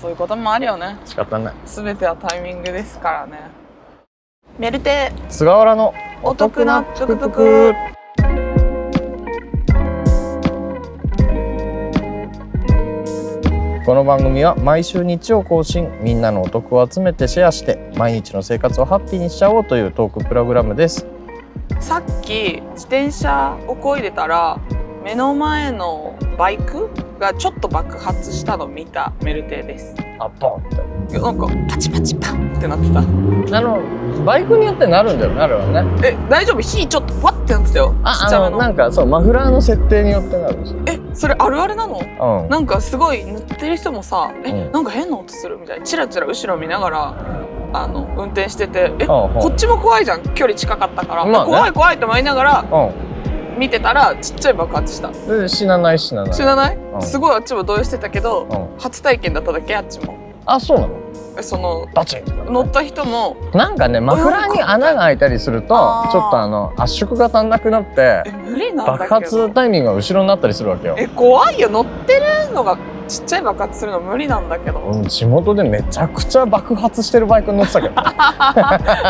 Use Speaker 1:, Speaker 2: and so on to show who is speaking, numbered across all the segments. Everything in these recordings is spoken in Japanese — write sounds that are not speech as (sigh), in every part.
Speaker 1: そういうこともあるよね
Speaker 2: 仕方ない
Speaker 1: 全てはタイミングですからねメルテ
Speaker 2: 菅原の
Speaker 1: お得なトゥクトゥク
Speaker 2: この番組は毎週日曜更新みんなのお得を集めてシェアして毎日の生活をハッピーにしちゃおうというトークプログラムです
Speaker 1: さっき自転車をこいでたら目の前のバイクがちょっと爆発したのを見たメルテです
Speaker 2: あポンっ
Speaker 1: なんかパチパチパンってなってた
Speaker 2: てあのバイクによってなるんだよなるわね
Speaker 1: え大丈夫火ちょっとわってなってたよち
Speaker 2: あ
Speaker 1: っちゃめ
Speaker 2: あの
Speaker 1: の
Speaker 2: なんかそうマフラーの設定によってなるんですよ
Speaker 1: えそれあるあるなの
Speaker 2: うん
Speaker 1: なんかすごい塗ってる人もさ「え、
Speaker 2: うん
Speaker 1: なんか変な音する」みたいなチラチラ後ろ見ながらあの運転してて「え
Speaker 2: うんうん
Speaker 1: こっちも怖いじゃん距離近かったから、
Speaker 2: まあね
Speaker 1: 怖い怖い」って思いながら
Speaker 2: う
Speaker 1: 見てたらちっちゃい爆発した
Speaker 2: んで死なない死なない
Speaker 1: 知らない、
Speaker 2: ん
Speaker 1: すごいあっちも動揺してたけど
Speaker 2: うん
Speaker 1: 初体験だっただけあっちも
Speaker 2: あそうなの
Speaker 1: えその
Speaker 2: バチンってなる
Speaker 1: 乗った人も
Speaker 2: なんかねマフラーに穴が開いたりするとち
Speaker 1: あー
Speaker 2: ょっとあの圧縮が足んなくなって
Speaker 1: 「え無理なんだけ
Speaker 2: 爆
Speaker 1: ど
Speaker 2: 発タイミングが後ろになったりするわけよ
Speaker 1: え怖いよ乗ってるのがちっちゃい爆発するの無理なんだけど」
Speaker 2: うん地元でめちゃくちゃ爆発してるバイクに乗ってたけ
Speaker 1: (laughs)
Speaker 2: ど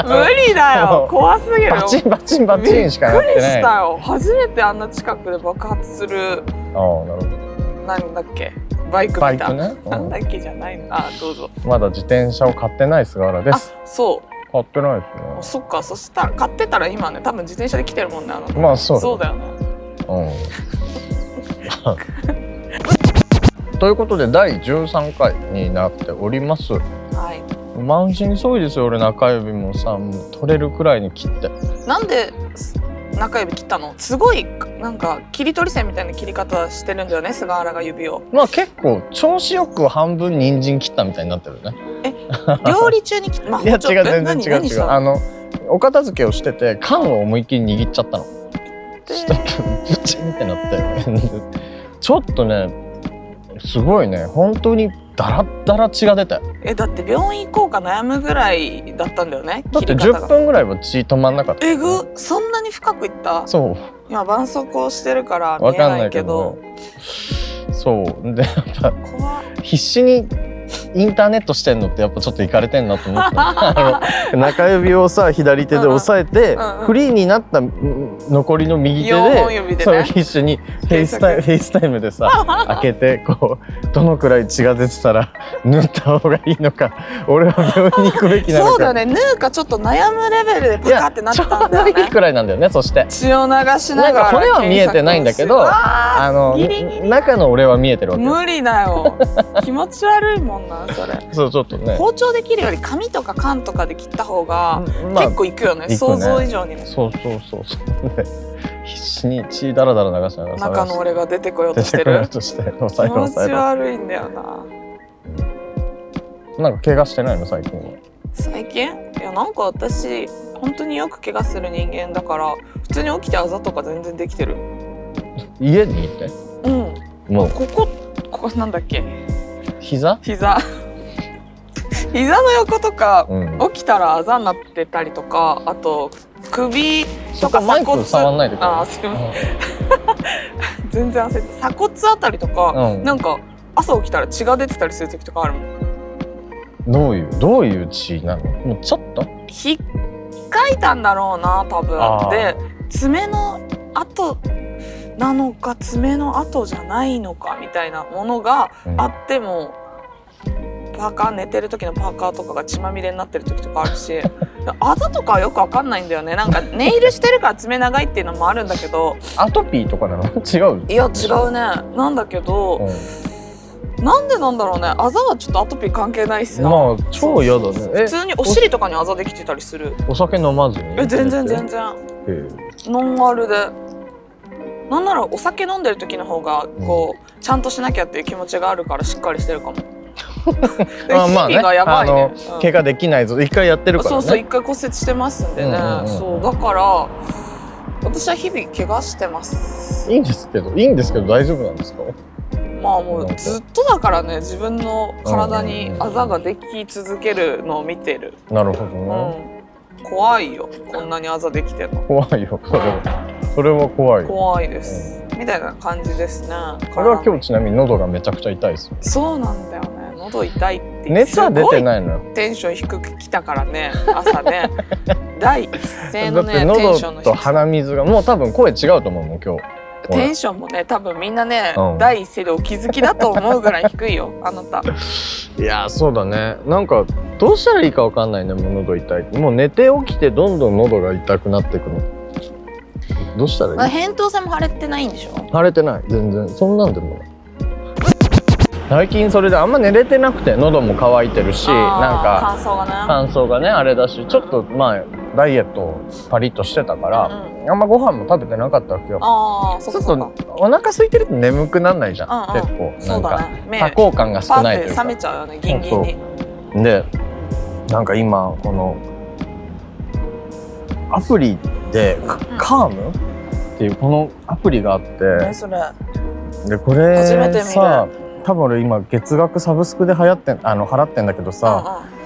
Speaker 1: 無理だよ怖すぎる
Speaker 2: バチンバチンバチンしか
Speaker 1: び
Speaker 2: や
Speaker 1: っく
Speaker 2: っ
Speaker 1: り
Speaker 2: て
Speaker 1: し
Speaker 2: ない
Speaker 1: た
Speaker 2: あ
Speaker 1: よ初めてあんな近くで爆発する
Speaker 2: あなるほど
Speaker 1: なんだっけバイクみた
Speaker 2: バ
Speaker 1: い
Speaker 2: イクね、
Speaker 1: なんだ
Speaker 2: う
Speaker 1: っけじゃないのあどうぞ
Speaker 2: んまだ自転車を買ってない菅原で
Speaker 1: あ
Speaker 2: す
Speaker 1: そ
Speaker 2: 買ってないうで
Speaker 1: そっかそしたら買ってたら今ね多分自転車で来てるもんねあの
Speaker 2: すねまあそうだ
Speaker 1: そうだよね
Speaker 2: うん (laughs) ということで第13回になっております
Speaker 1: はい
Speaker 2: 満身創痍ですよ俺中指もさもう取れるくらいに切って
Speaker 1: なんです中指切ったのすごいなんか切り取り線みたいな切り方してるんだよね菅原が指
Speaker 2: (laughs)
Speaker 1: を
Speaker 2: まあ結構調子よく半分人参切ったみたいになってるね
Speaker 1: 料理中に切っまあ
Speaker 2: いや違う
Speaker 1: 包丁え
Speaker 2: 全然
Speaker 1: 何
Speaker 2: 違う
Speaker 1: 何
Speaker 2: 違
Speaker 1: し
Speaker 2: う
Speaker 1: た
Speaker 2: あ
Speaker 1: の
Speaker 2: のお片付けをしてて缶を思いっきり握っちゃったのそしたらブチンってなって (laughs) ちょっとねすごいね本当にダラッダラ血が出たよ
Speaker 1: えだって病院行こうか悩むぐらいだったんだよね
Speaker 2: だっ
Speaker 1: 切
Speaker 2: て
Speaker 1: り方が
Speaker 2: 10分ぐらいは血止まんなかった
Speaker 1: えぐそんなに深くいった
Speaker 2: そう
Speaker 1: 今絆創膏してるから見
Speaker 2: わ
Speaker 1: え
Speaker 2: かん
Speaker 1: な
Speaker 2: ないい
Speaker 1: け
Speaker 2: け
Speaker 1: ど
Speaker 2: どそうでやっぱ
Speaker 1: 怖
Speaker 2: (laughs)
Speaker 1: い
Speaker 2: 必死にインターネットしてんのってやっぱちょっといかれてんなと思ったあの中指をさ左手で押さえて
Speaker 1: うんうん
Speaker 2: フリーになったうん残りの右手
Speaker 1: 4本指
Speaker 2: で
Speaker 1: で
Speaker 2: そう
Speaker 1: ね
Speaker 2: 必死にフェイスタイムフェイスタイムでさ開けてこうどのくらい血が出てた
Speaker 1: (laughs)
Speaker 2: ら縫った方がいいのか俺は病院に行くべき
Speaker 1: (laughs)
Speaker 2: な
Speaker 1: そ
Speaker 2: の
Speaker 1: うだよ
Speaker 2: か
Speaker 1: ねヌーかちょっと悩むレベルでパ
Speaker 2: い
Speaker 1: カ
Speaker 2: や
Speaker 1: ってなっ
Speaker 2: ちょう
Speaker 1: たんだよ
Speaker 2: どいい
Speaker 1: ね
Speaker 2: くらいなんだよねそして
Speaker 1: 血を流しながら
Speaker 2: なんか骨は見えてないんだけど
Speaker 1: 検索をして
Speaker 2: あの
Speaker 1: ギリギリ
Speaker 2: 中の俺は見えてる
Speaker 1: うわー
Speaker 2: わけよ
Speaker 1: 無理だ
Speaker 2: (laughs)
Speaker 1: よ気持ち悪いもんなそれ
Speaker 2: そうちょっとね
Speaker 1: 包丁で切るより紙とか缶とかで切った方が
Speaker 2: まあ
Speaker 1: 結構いくよね,、
Speaker 2: いくね
Speaker 1: 想像以上にも
Speaker 2: そうそうそうそう。で必死に血だらだら流しながら
Speaker 1: 中の俺が出てこようと
Speaker 2: 出
Speaker 1: して
Speaker 2: てくれる
Speaker 1: る
Speaker 2: と (laughs) して抑
Speaker 1: 気
Speaker 2: えろ
Speaker 1: 持ち
Speaker 2: 抑えろ
Speaker 1: 悪いんだよな
Speaker 2: なんか怪我してないの最近は
Speaker 1: 最近いやなんか私本当によく怪我する人間だから普通に起きてあざとか全然できてる
Speaker 2: 家にいて
Speaker 1: うん
Speaker 2: もう
Speaker 1: ここここなんだっけ
Speaker 2: 膝 (laughs)
Speaker 1: 膝膝の横とか
Speaker 2: うん
Speaker 1: 起きたらあざになってたりとかあと首
Speaker 2: そこマイク触んないでくれ
Speaker 1: あーすいません全然焦って鎖骨あたりとか、
Speaker 2: うん
Speaker 1: なんか朝起きたら血が出てたりする時とかあるもん
Speaker 2: どういうどういう血なのもうちょっと
Speaker 1: 引っかいたんだろうな多
Speaker 2: あ
Speaker 1: 分
Speaker 2: ー
Speaker 1: で爪の跡なのか爪の跡じゃないのかみたいなものが
Speaker 2: うん
Speaker 1: あってもパーカー寝てる時のパーカーとかが血まみれになってる時とかあるしあざとかはよくわかんないんだよねなんかネイルしてるから爪長いっていうのもあるんだけど
Speaker 2: アトピーとかなの (laughs) 違う
Speaker 1: いや違うねなんだけどなんでなんだろうねあざはちょっとアトピー関係ないっす
Speaker 2: うん、
Speaker 1: よ、
Speaker 2: まあ超嫌だね
Speaker 1: 普通にお尻とかにあざできてたりする
Speaker 2: えお酒飲まずに
Speaker 1: え全然全然
Speaker 2: えー
Speaker 1: ノンアルでなんならお酒飲んでる時の方がこう、ちゃんとしなきゃっていう気持ちがあるからしっかりしてるかもで
Speaker 2: (laughs) あまあ
Speaker 1: 日々がやばいね
Speaker 2: あ
Speaker 1: う
Speaker 2: の
Speaker 1: ん
Speaker 2: 怪我できないぞ一回やってるから
Speaker 1: そ
Speaker 2: ね
Speaker 1: うそう一回骨折してますんでね、
Speaker 2: うんうんうん
Speaker 1: そうだから私は日々怪我してます
Speaker 2: いいんですけどいいんですけど大丈夫なんですか
Speaker 1: まあもうずっとだからね自分の体にあざができ続けるのを見てる、
Speaker 2: なるほどね、
Speaker 1: うん、怖いよこんなにあざできてるの
Speaker 2: 怖いよそれはそれは怖いよ
Speaker 1: 怖いですみたいな感じですね
Speaker 2: これは今日ちなみに喉がめちゃくちゃ痛いですよ
Speaker 1: そうなんだよね喉痛いって
Speaker 2: 熱は出て
Speaker 1: い
Speaker 2: ないのよ
Speaker 1: テンション低く来たからね朝
Speaker 2: (laughs)
Speaker 1: ね第一声
Speaker 2: だ
Speaker 1: の
Speaker 2: っ
Speaker 1: ね
Speaker 2: て
Speaker 1: テン
Speaker 2: 喉
Speaker 1: ションの低さ
Speaker 2: と鼻水がもう多分声違うと思うもん今日ほら
Speaker 1: テンションもね多分みんなね、
Speaker 2: うん
Speaker 1: 第一声でお気づきだと思うぐらい低いよあなた
Speaker 2: いやーそうだねなんかどうしたらいいかわかんないねもう喉痛いもう寝て起きてどんどん喉が痛くなってくのどうしたらいい
Speaker 1: 扁桃腺も腫れてないんでしょ
Speaker 2: 腫れてない全然そんなんでもない最近それであんま寝れてなくて喉も渇いてるし
Speaker 1: あー
Speaker 2: なんか
Speaker 1: 乾燥がね
Speaker 2: 乾燥がねあれだしちょっとまあダイエットをパリッとしてたから、
Speaker 1: うんうん
Speaker 2: あんまご飯も食べてなかったわけよ
Speaker 1: ああそ
Speaker 2: ちょ
Speaker 1: っ
Speaker 2: っ
Speaker 1: かそ
Speaker 2: と
Speaker 1: っか
Speaker 2: お腹空いてると眠くなんないじゃん、
Speaker 1: うんうん
Speaker 2: 結構な
Speaker 1: そ
Speaker 2: ん
Speaker 1: う
Speaker 2: か、
Speaker 1: だね目
Speaker 2: 多幸感が
Speaker 1: パ
Speaker 2: 少ない
Speaker 1: ーっ
Speaker 2: という
Speaker 1: て冷
Speaker 2: か
Speaker 1: めちゃうよねギンギンに
Speaker 2: でなんか今このアプリでカ
Speaker 1: うん
Speaker 2: カームっていうこのアプリがあって
Speaker 1: ねそれ
Speaker 2: でこれ
Speaker 1: 初めて見る
Speaker 2: さ多分俺今月額サブスクで流行ってんあの払ってんだけどさ、
Speaker 1: うんうん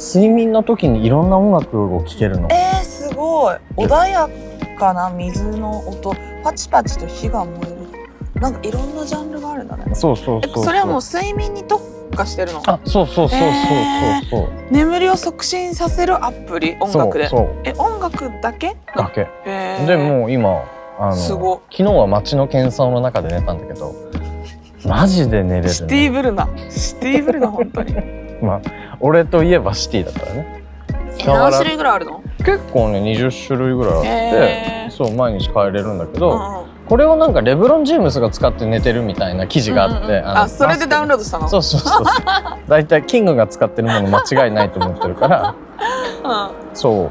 Speaker 2: 睡眠の時にいろんな音楽を聴けるの
Speaker 1: えー、すごい穏やかな水の音パチパチと火が燃えるなんかいろんなジャンルがあるんだね
Speaker 2: そうそう
Speaker 1: え
Speaker 2: そう
Speaker 1: それはもう睡眠に特化してるの
Speaker 2: あそうそうそうそうそうそう
Speaker 1: 眠りを促進させるアプリ音楽で
Speaker 2: そうそう
Speaker 1: え音楽だけ
Speaker 2: だけ
Speaker 1: へー
Speaker 2: でもう今あの
Speaker 1: すご
Speaker 2: 昨日は街の喧騒の中で寝たんだけどマジで寝れる、ね、
Speaker 1: シティブルなシティブルな本当に
Speaker 2: まあ俺といえばシティだからね
Speaker 1: え
Speaker 2: 変わ
Speaker 1: 何
Speaker 2: ら
Speaker 1: 種類ぐらいあるの
Speaker 2: 結構ね20種類ぐらいあって、
Speaker 1: へー
Speaker 2: そう毎日変えれるんだけ
Speaker 1: う
Speaker 2: ど、
Speaker 1: んうん
Speaker 2: これをなんかレブロン・ジェームスが使って寝てるみたいな記事があって、
Speaker 1: うんうんうん
Speaker 2: の
Speaker 1: あそれでダウンロードしたの
Speaker 2: そうそう
Speaker 1: (laughs)
Speaker 2: そうそう大体キングが使ってるもの間違いないと思ってるから
Speaker 1: う
Speaker 2: そ
Speaker 1: ん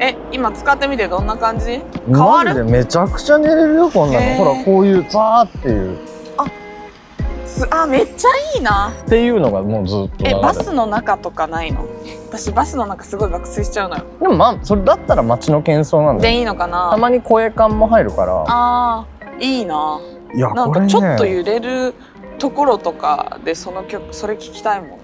Speaker 1: え今使ってみてどんな感じ
Speaker 2: う
Speaker 1: 変わる
Speaker 2: マジでめちゃくちゃ寝れるよこんな
Speaker 1: へー
Speaker 2: のほらこういうザーっていう
Speaker 1: すあめっちゃいいな
Speaker 2: っていうのがもうずっと
Speaker 1: えバ
Speaker 2: 流れて
Speaker 1: スの中とかないの私バスの中すごい爆睡しちゃうのよ
Speaker 2: でもまあそれだったら街の喧騒なんだよ
Speaker 1: でいいのか
Speaker 2: た
Speaker 1: な
Speaker 2: まに声感も入るから
Speaker 1: あーいいない
Speaker 2: や
Speaker 1: なん
Speaker 2: これ
Speaker 1: か
Speaker 2: ね
Speaker 1: ちょっと揺れるところとかでその曲それ聞きたいもんな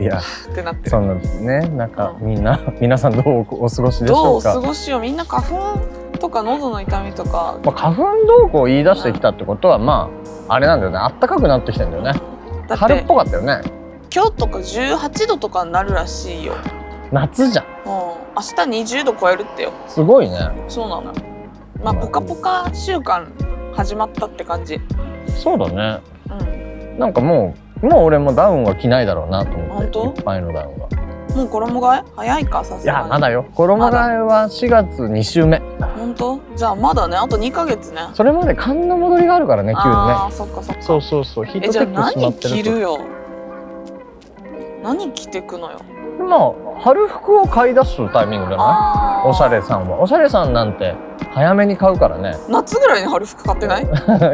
Speaker 1: い
Speaker 2: や
Speaker 1: ってなってる
Speaker 2: そのね、なんか
Speaker 1: う
Speaker 2: みんな、皆さんどうおお過ごしでし
Speaker 1: どう
Speaker 2: ょ
Speaker 1: お
Speaker 2: うか。
Speaker 1: 過ごしようみんな花粉とか喉の痛みとか
Speaker 2: まあ、花粉どうこう言い出してきたってことは、まあ、あれなんだよね、あったかくなってきてんだよね。
Speaker 1: だっ
Speaker 2: 春ってぽかったよね。
Speaker 1: 今日とか18度とかになるらしいよ、うん、
Speaker 2: 夏じゃん。
Speaker 1: 明日20度超えるってよ
Speaker 2: すごいね。
Speaker 1: そうなのよまあ
Speaker 2: うん
Speaker 1: ポカポカ週間始まったって感じ
Speaker 2: そうだ
Speaker 1: うん
Speaker 2: ね。なんかもう、もう俺もダウンは着ないだろうなと思って。
Speaker 1: 本当
Speaker 2: いっぱいのダウンは。
Speaker 1: もう衣替え早いかさ
Speaker 2: い
Speaker 1: すがに
Speaker 2: や、まだよ。衣替えは4月2週目。
Speaker 1: 本当じゃあまだねあと2ヶ月ね
Speaker 2: それまで寒の戻りがあるからね、急にね
Speaker 1: あ。あそっかそっか
Speaker 2: そうそうそう、ヒー
Speaker 1: え
Speaker 2: ト
Speaker 1: じ
Speaker 2: テ
Speaker 1: ゃあ
Speaker 2: ックしま
Speaker 1: 何
Speaker 2: って
Speaker 1: 着
Speaker 2: ると
Speaker 1: る。よ何着てくのよ
Speaker 2: まあ、春服を買い出すタイミングじゃない。
Speaker 1: あー
Speaker 2: おしゃれさんはおしゃれさんなんて早めに買うからね
Speaker 1: (laughs) 夏ぐらいに春服買って
Speaker 2: (laughs)
Speaker 1: ない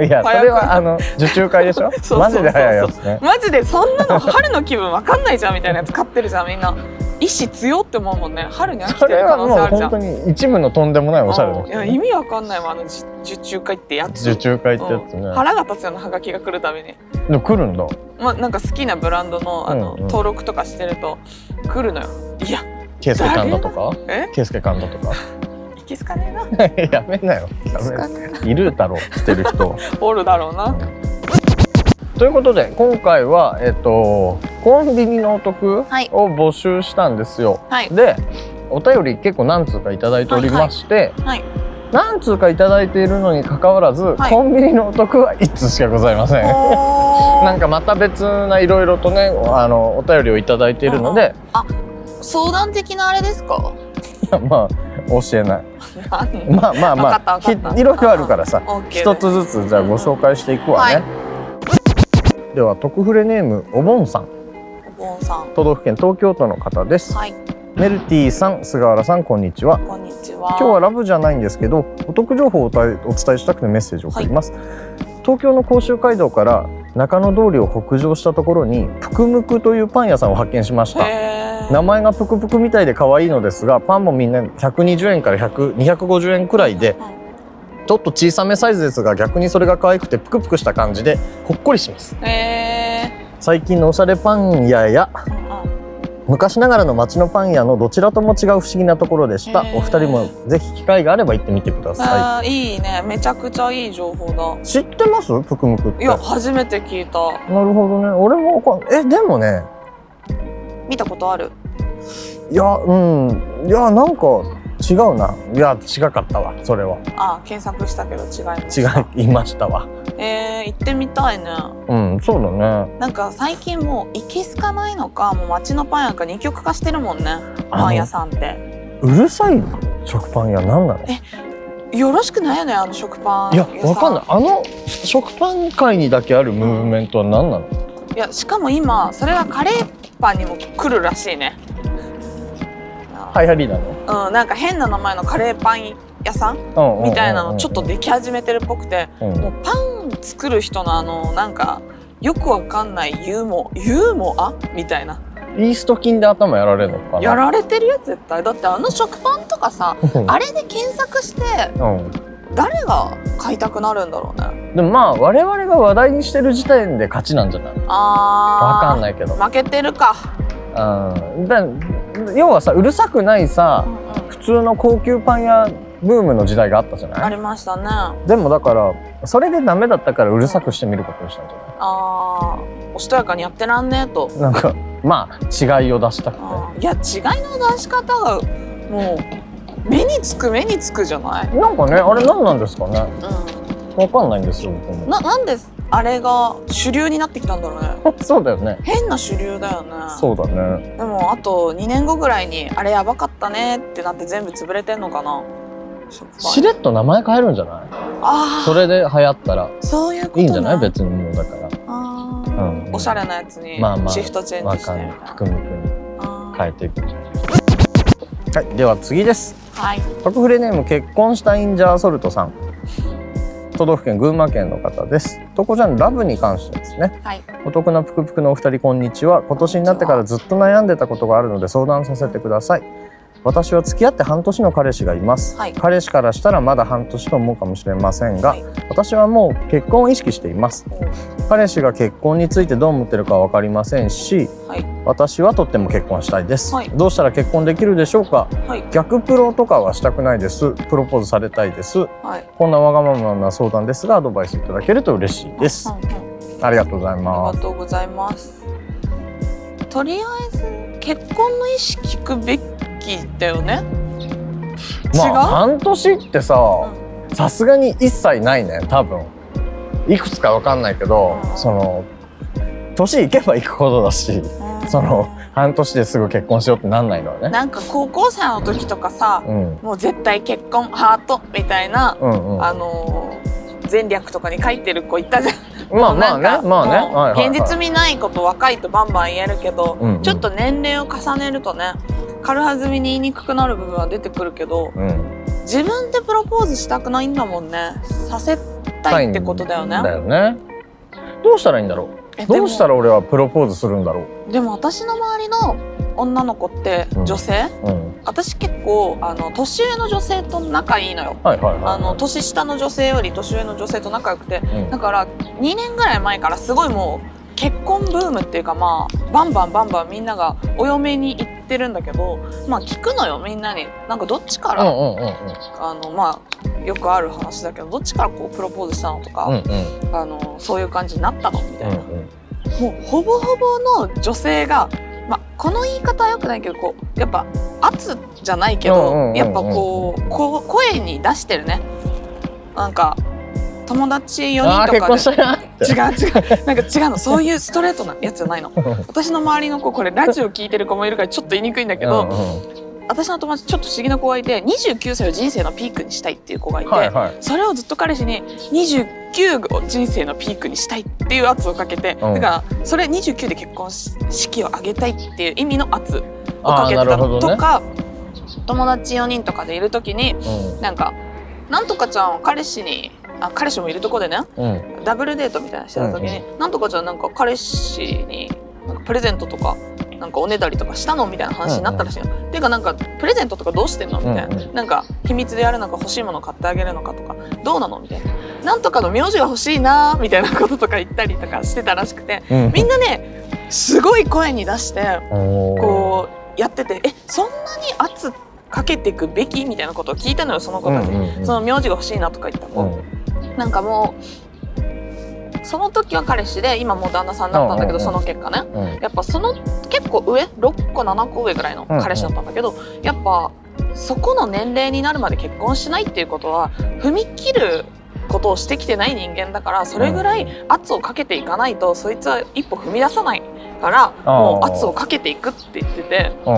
Speaker 2: いやそれはあの受注会でしょ
Speaker 1: (laughs) そうそうそうそう
Speaker 2: マジで早いやつね
Speaker 1: マジでそんなの春の気分わかんないじゃんみたいなやつ買ってるじゃんみんな意志強って思うもんね春に飽き
Speaker 2: そ
Speaker 1: て
Speaker 2: れ
Speaker 1: る可
Speaker 2: は
Speaker 1: 能
Speaker 2: も
Speaker 1: 性
Speaker 2: う
Speaker 1: あるじゃ
Speaker 2: 本
Speaker 1: ん
Speaker 2: 当に一部のとんでもないおしゃれの
Speaker 1: うんいや意味わかんないわあのじ受注会ってやつ
Speaker 2: 受注会ってやつね、
Speaker 1: 腹が立つようなハガキが来るたびに、
Speaker 2: でも来るんだ
Speaker 1: まあ、なんか好きなブランドのあの、
Speaker 2: うんうん
Speaker 1: 登録とかしてると来るのよいや
Speaker 2: 圭介カンダとか
Speaker 1: え
Speaker 2: 圭介カンダとか
Speaker 1: いけすかねえな
Speaker 2: (laughs) やめなよやめな
Speaker 1: ね
Speaker 2: いるだろうしてる人 (laughs)
Speaker 1: おるだろうな
Speaker 2: ということで今回はえっとコンビニのお得を
Speaker 1: はい
Speaker 2: 募集したんですよ、
Speaker 1: はい
Speaker 2: でお便り結構何通かいただいておりまして、
Speaker 1: はい
Speaker 2: 何通かいただいているのに関わらず、
Speaker 1: はい
Speaker 2: コンビニのお得は1通しかございません。
Speaker 1: お
Speaker 2: なんかまた別ないろいろとねあのお便りをいただいているので、
Speaker 1: ー相談的なあれですか
Speaker 2: (laughs) まあ教えない
Speaker 1: 何
Speaker 2: まあまあ
Speaker 1: わかった
Speaker 2: まあ
Speaker 1: わかった
Speaker 2: ひいろいろあるからさ
Speaker 1: オッケーで
Speaker 2: 一
Speaker 1: す
Speaker 2: つずつじゃあご紹介していくわね、では特フレネームおぼんさん
Speaker 1: おぼんさん
Speaker 2: 都道府県東京都の方です
Speaker 1: はい
Speaker 2: メルティさん菅原さんこんにちは
Speaker 1: こんにちは
Speaker 2: 今日はラブじゃないんですけどお得情報をお伝えお伝えしたくてメッセージを送ります、東京の甲州街道から中野通りを北上したところにぷくむくというパン屋さんを発見しました
Speaker 1: へー
Speaker 2: 名前がぷくぷくみたいで可愛いのですがパンもみんな120円から100 250円くらいでちょっと小さめサイズですが逆にそれが可愛くてぷくぷくした感じでほっこりします
Speaker 1: へえ
Speaker 2: 最近のおしゃれパン屋や
Speaker 1: ーうんうん
Speaker 2: 昔ながらの町のパン屋のどちらとも違う不思議なところでした
Speaker 1: へー
Speaker 2: お二人もぜひ機会があれば行ってみてくださ
Speaker 1: あーいいねめちゃくちゃいい情報だ
Speaker 2: い知ってますぷくむくって
Speaker 1: い
Speaker 2: な
Speaker 1: や
Speaker 2: る
Speaker 1: 初めて聞いた
Speaker 2: ほどね俺もわかんえでもね
Speaker 1: 見たことある
Speaker 2: いやうんいやなんか違うないや違かったわそれは
Speaker 1: あ検索したけど違います
Speaker 2: 違いましたわ
Speaker 1: えー、行ってみたいね
Speaker 2: うんそうだね
Speaker 1: なんか最近もう行きすかないのかもう街のパン屋か二極化してるもんねパン屋さんって
Speaker 2: うるさい食パン屋なんなの
Speaker 1: よろしくないよねあの食パン
Speaker 2: いや
Speaker 1: 屋さん
Speaker 2: わかんないあの食パン界にだけあるムーブメントは何なの
Speaker 1: いやしかも今それがカレーパンにも来るらしいねあ
Speaker 2: 流行りなの
Speaker 1: うんなんか変な名前のカレーパン屋さん
Speaker 2: うんうん
Speaker 1: みたいなのちょっとでき始めてるっぽくて
Speaker 2: うん
Speaker 1: もうパン作る人のあのなんかよくわかんないユーモユーモアみたいな
Speaker 2: イースト菌で頭やられるのかな
Speaker 1: やられてるよ絶対だってあの食パンとかさあれで検索して
Speaker 2: うん
Speaker 1: 誰が買いたくなるんだろうね
Speaker 2: でもまあ我々が話題にしてる時点で勝ちなんじゃないわか
Speaker 1: あ
Speaker 2: ん
Speaker 1: ー
Speaker 2: ないけど、
Speaker 1: 負けてるか、
Speaker 2: うん、だ要はさうるさくないさ
Speaker 1: うんうん
Speaker 2: 普通の高級パン屋ブームの時代があったじゃ
Speaker 1: あ
Speaker 2: ない
Speaker 1: りましたねあ
Speaker 2: でもだからそれでダメだったからうるさくしてみることにしたんじゃない
Speaker 1: あーおしとやかにやってらんねえと
Speaker 2: なんかまあ違いを出したくて
Speaker 1: あーいや違いの出し方がもう目につく目につくじゃない、
Speaker 2: なんかねあれ何なんですかね
Speaker 1: う
Speaker 2: わかんないんですよ僕も
Speaker 1: ん、ななんであれが主流になってきたんだろうね
Speaker 2: (laughs) そうだよね
Speaker 1: 変な主流だよね
Speaker 2: そうだね
Speaker 1: でもあと2年後ぐらいにあれやばかったねってなって全部潰れてんのかな食パン
Speaker 2: しれっと名前変えるんじゃない
Speaker 1: ああ
Speaker 2: それで流行ったら
Speaker 1: そういうこと
Speaker 2: いいんじゃない
Speaker 1: ね
Speaker 2: 別にもうだから
Speaker 1: あ
Speaker 2: う
Speaker 1: ー
Speaker 2: ん
Speaker 1: おしゃれなやつに
Speaker 2: まあまあ
Speaker 1: シフトチェン
Speaker 2: わ
Speaker 1: ジして
Speaker 2: か
Speaker 1: み
Speaker 2: ん
Speaker 1: たい
Speaker 2: ない
Speaker 1: な、
Speaker 2: くむくに
Speaker 1: あー
Speaker 2: 変えていくはいでは次です
Speaker 1: はい
Speaker 2: パクフレネーム結婚したインジャーソルトさん都道府県群馬県の方ですとこちゃんラブに関してですね
Speaker 1: はい
Speaker 2: お得なぷくぷくのお二人こんにちは今年になってからずっと悩んでたことがあるので相談させてください私は付き合って半年の彼氏がいます、
Speaker 1: はい
Speaker 2: 彼氏からしたらまだ半年と思うかもしれませんが、
Speaker 1: はい
Speaker 2: 私はもう結婚を意識しています彼氏が結婚についてどう思ってるかは分かりませんし
Speaker 1: はい
Speaker 2: 私はとっても結婚したいです、
Speaker 1: はい
Speaker 2: どうしたら結婚できるでしょうか
Speaker 1: はい
Speaker 2: 逆プロとかはしたくないですプロポーズされたいです
Speaker 1: はい
Speaker 2: こんなわがままな相談ですがアドバイスいただけると嬉しいです
Speaker 1: うんうん
Speaker 2: ありがとうござい
Speaker 1: あ
Speaker 2: ま
Speaker 1: りが
Speaker 2: す
Speaker 1: とうございますとりあえず結婚の意識聞くべきだよね
Speaker 2: まあ
Speaker 1: 違う
Speaker 2: 半年ってささすがに一切ないね多分いくつかわかんないけど
Speaker 1: うん
Speaker 2: その年いけばいくほどだし
Speaker 1: うん
Speaker 2: その半年ですぐ結婚しようってなんないのはね
Speaker 1: なんか高校生の時とかさ
Speaker 2: うん
Speaker 1: もう絶対結婚ハートみたいな、
Speaker 2: うんうん
Speaker 1: あのー前略とかに書いてる子いたじゃん
Speaker 2: まあま
Speaker 1: な
Speaker 2: あ
Speaker 1: ん
Speaker 2: ね
Speaker 1: か
Speaker 2: まあね
Speaker 1: もう
Speaker 2: はいはいはい
Speaker 1: 現実味ないこと若いとバンバン言えるけど、
Speaker 2: うんうん
Speaker 1: ちょっと年齢を重ねるとね軽はずみに言いにくくなる部分は出てくるけど
Speaker 2: うん
Speaker 1: 自分でプロポーズしたくないんだもんねさせたいってことだよね
Speaker 2: だよねどうしたらいいんだろう
Speaker 1: えでも
Speaker 2: どうしたら俺はプロポーズするんだろう
Speaker 1: でも私の周りの女の子って
Speaker 2: うん
Speaker 1: 女性、
Speaker 2: うん
Speaker 1: 私結構あの年上の女性と仲いいのよ
Speaker 2: はいはいはいはい
Speaker 1: あの年下の女性より年上の女性と仲良くて
Speaker 2: うん
Speaker 1: だから2年ぐらい前からすごいもう結婚ブームっていうかまあバンバンバンバンみんながお嫁に行ってるんだけどまあ聞くのよみんなになんかどっちから、
Speaker 2: うんうんうん
Speaker 1: あのまあよくある話だけどどっちからこうプロポーズしたのと
Speaker 2: うん
Speaker 1: か、あのそういう感じになったのみたいな、
Speaker 2: うんうん
Speaker 1: もうほぼほぼの女性が、まあ、この言い方はよくないけどこうやっぱ圧じゃないけど、
Speaker 2: うんうんうんうん
Speaker 1: やっぱこうこう声に出してるねなんか友達4人とか
Speaker 2: あー
Speaker 1: で
Speaker 2: 結婚したいなって
Speaker 1: 違う違うなんか違うのそういうストレートなやつじゃないの私の周りの子これラジオ聞いてる子もいるからちょっと言いにくいんだけど、
Speaker 2: うん
Speaker 1: 私の友達ちょっと不思議な子がいて29歳を人生のピークにしたいっていう子がい
Speaker 2: うん
Speaker 1: て、
Speaker 2: はいはい
Speaker 1: それをずっと彼氏に29を人生のピークにしたいっていう圧をかけて、
Speaker 2: うん
Speaker 1: だからそれ29で結婚し式を挙げたいっていう意味の圧を
Speaker 2: あ
Speaker 1: か
Speaker 2: あ
Speaker 1: け
Speaker 2: な
Speaker 1: て
Speaker 2: る
Speaker 1: た
Speaker 2: ほ
Speaker 1: の
Speaker 2: どね
Speaker 1: とか、友達4人とかでいる時になんか「なんとかちゃんは彼氏にあ彼氏もいるとこでね
Speaker 2: うんうん
Speaker 1: ダブルデートみたいなのしてた時に、なんとかちゃんなんか彼氏になんかプレゼントとかなんかおねだりとかしたのみたいな話になったらしいの。ていうかなんかプレゼントとかどうしてんのみたいな、
Speaker 2: うんうん
Speaker 1: なんか秘密でやるのか欲しいもの買ってあげるのかとかどうなのみたいななんとかの名字が欲しいなみたいなこととか言ったりとかしてたらしくて
Speaker 2: うん
Speaker 1: みんなねすごい声に出して
Speaker 2: おー
Speaker 1: こやっててえそんなに圧かけていくべきみたいなことを聞いたのよその子たちに、
Speaker 2: うんうんうん
Speaker 1: その名字が欲しいなとか言った子、なんかもうその時は彼氏で今もう旦那さんだったんだけど、
Speaker 2: うんうんう
Speaker 1: その
Speaker 2: ん
Speaker 1: 結果ね
Speaker 2: うんうん
Speaker 1: やっぱその結構上6個7個上ぐらいの彼氏だったんだけど、やっぱそこの年齢になるまで結婚しないっていうことは踏み切ることをしてきてない人間だからそれぐらい圧をかけていかないとそいつは一歩踏み出さないから
Speaker 2: あ
Speaker 1: もう圧をかけていくって言ってて
Speaker 2: うん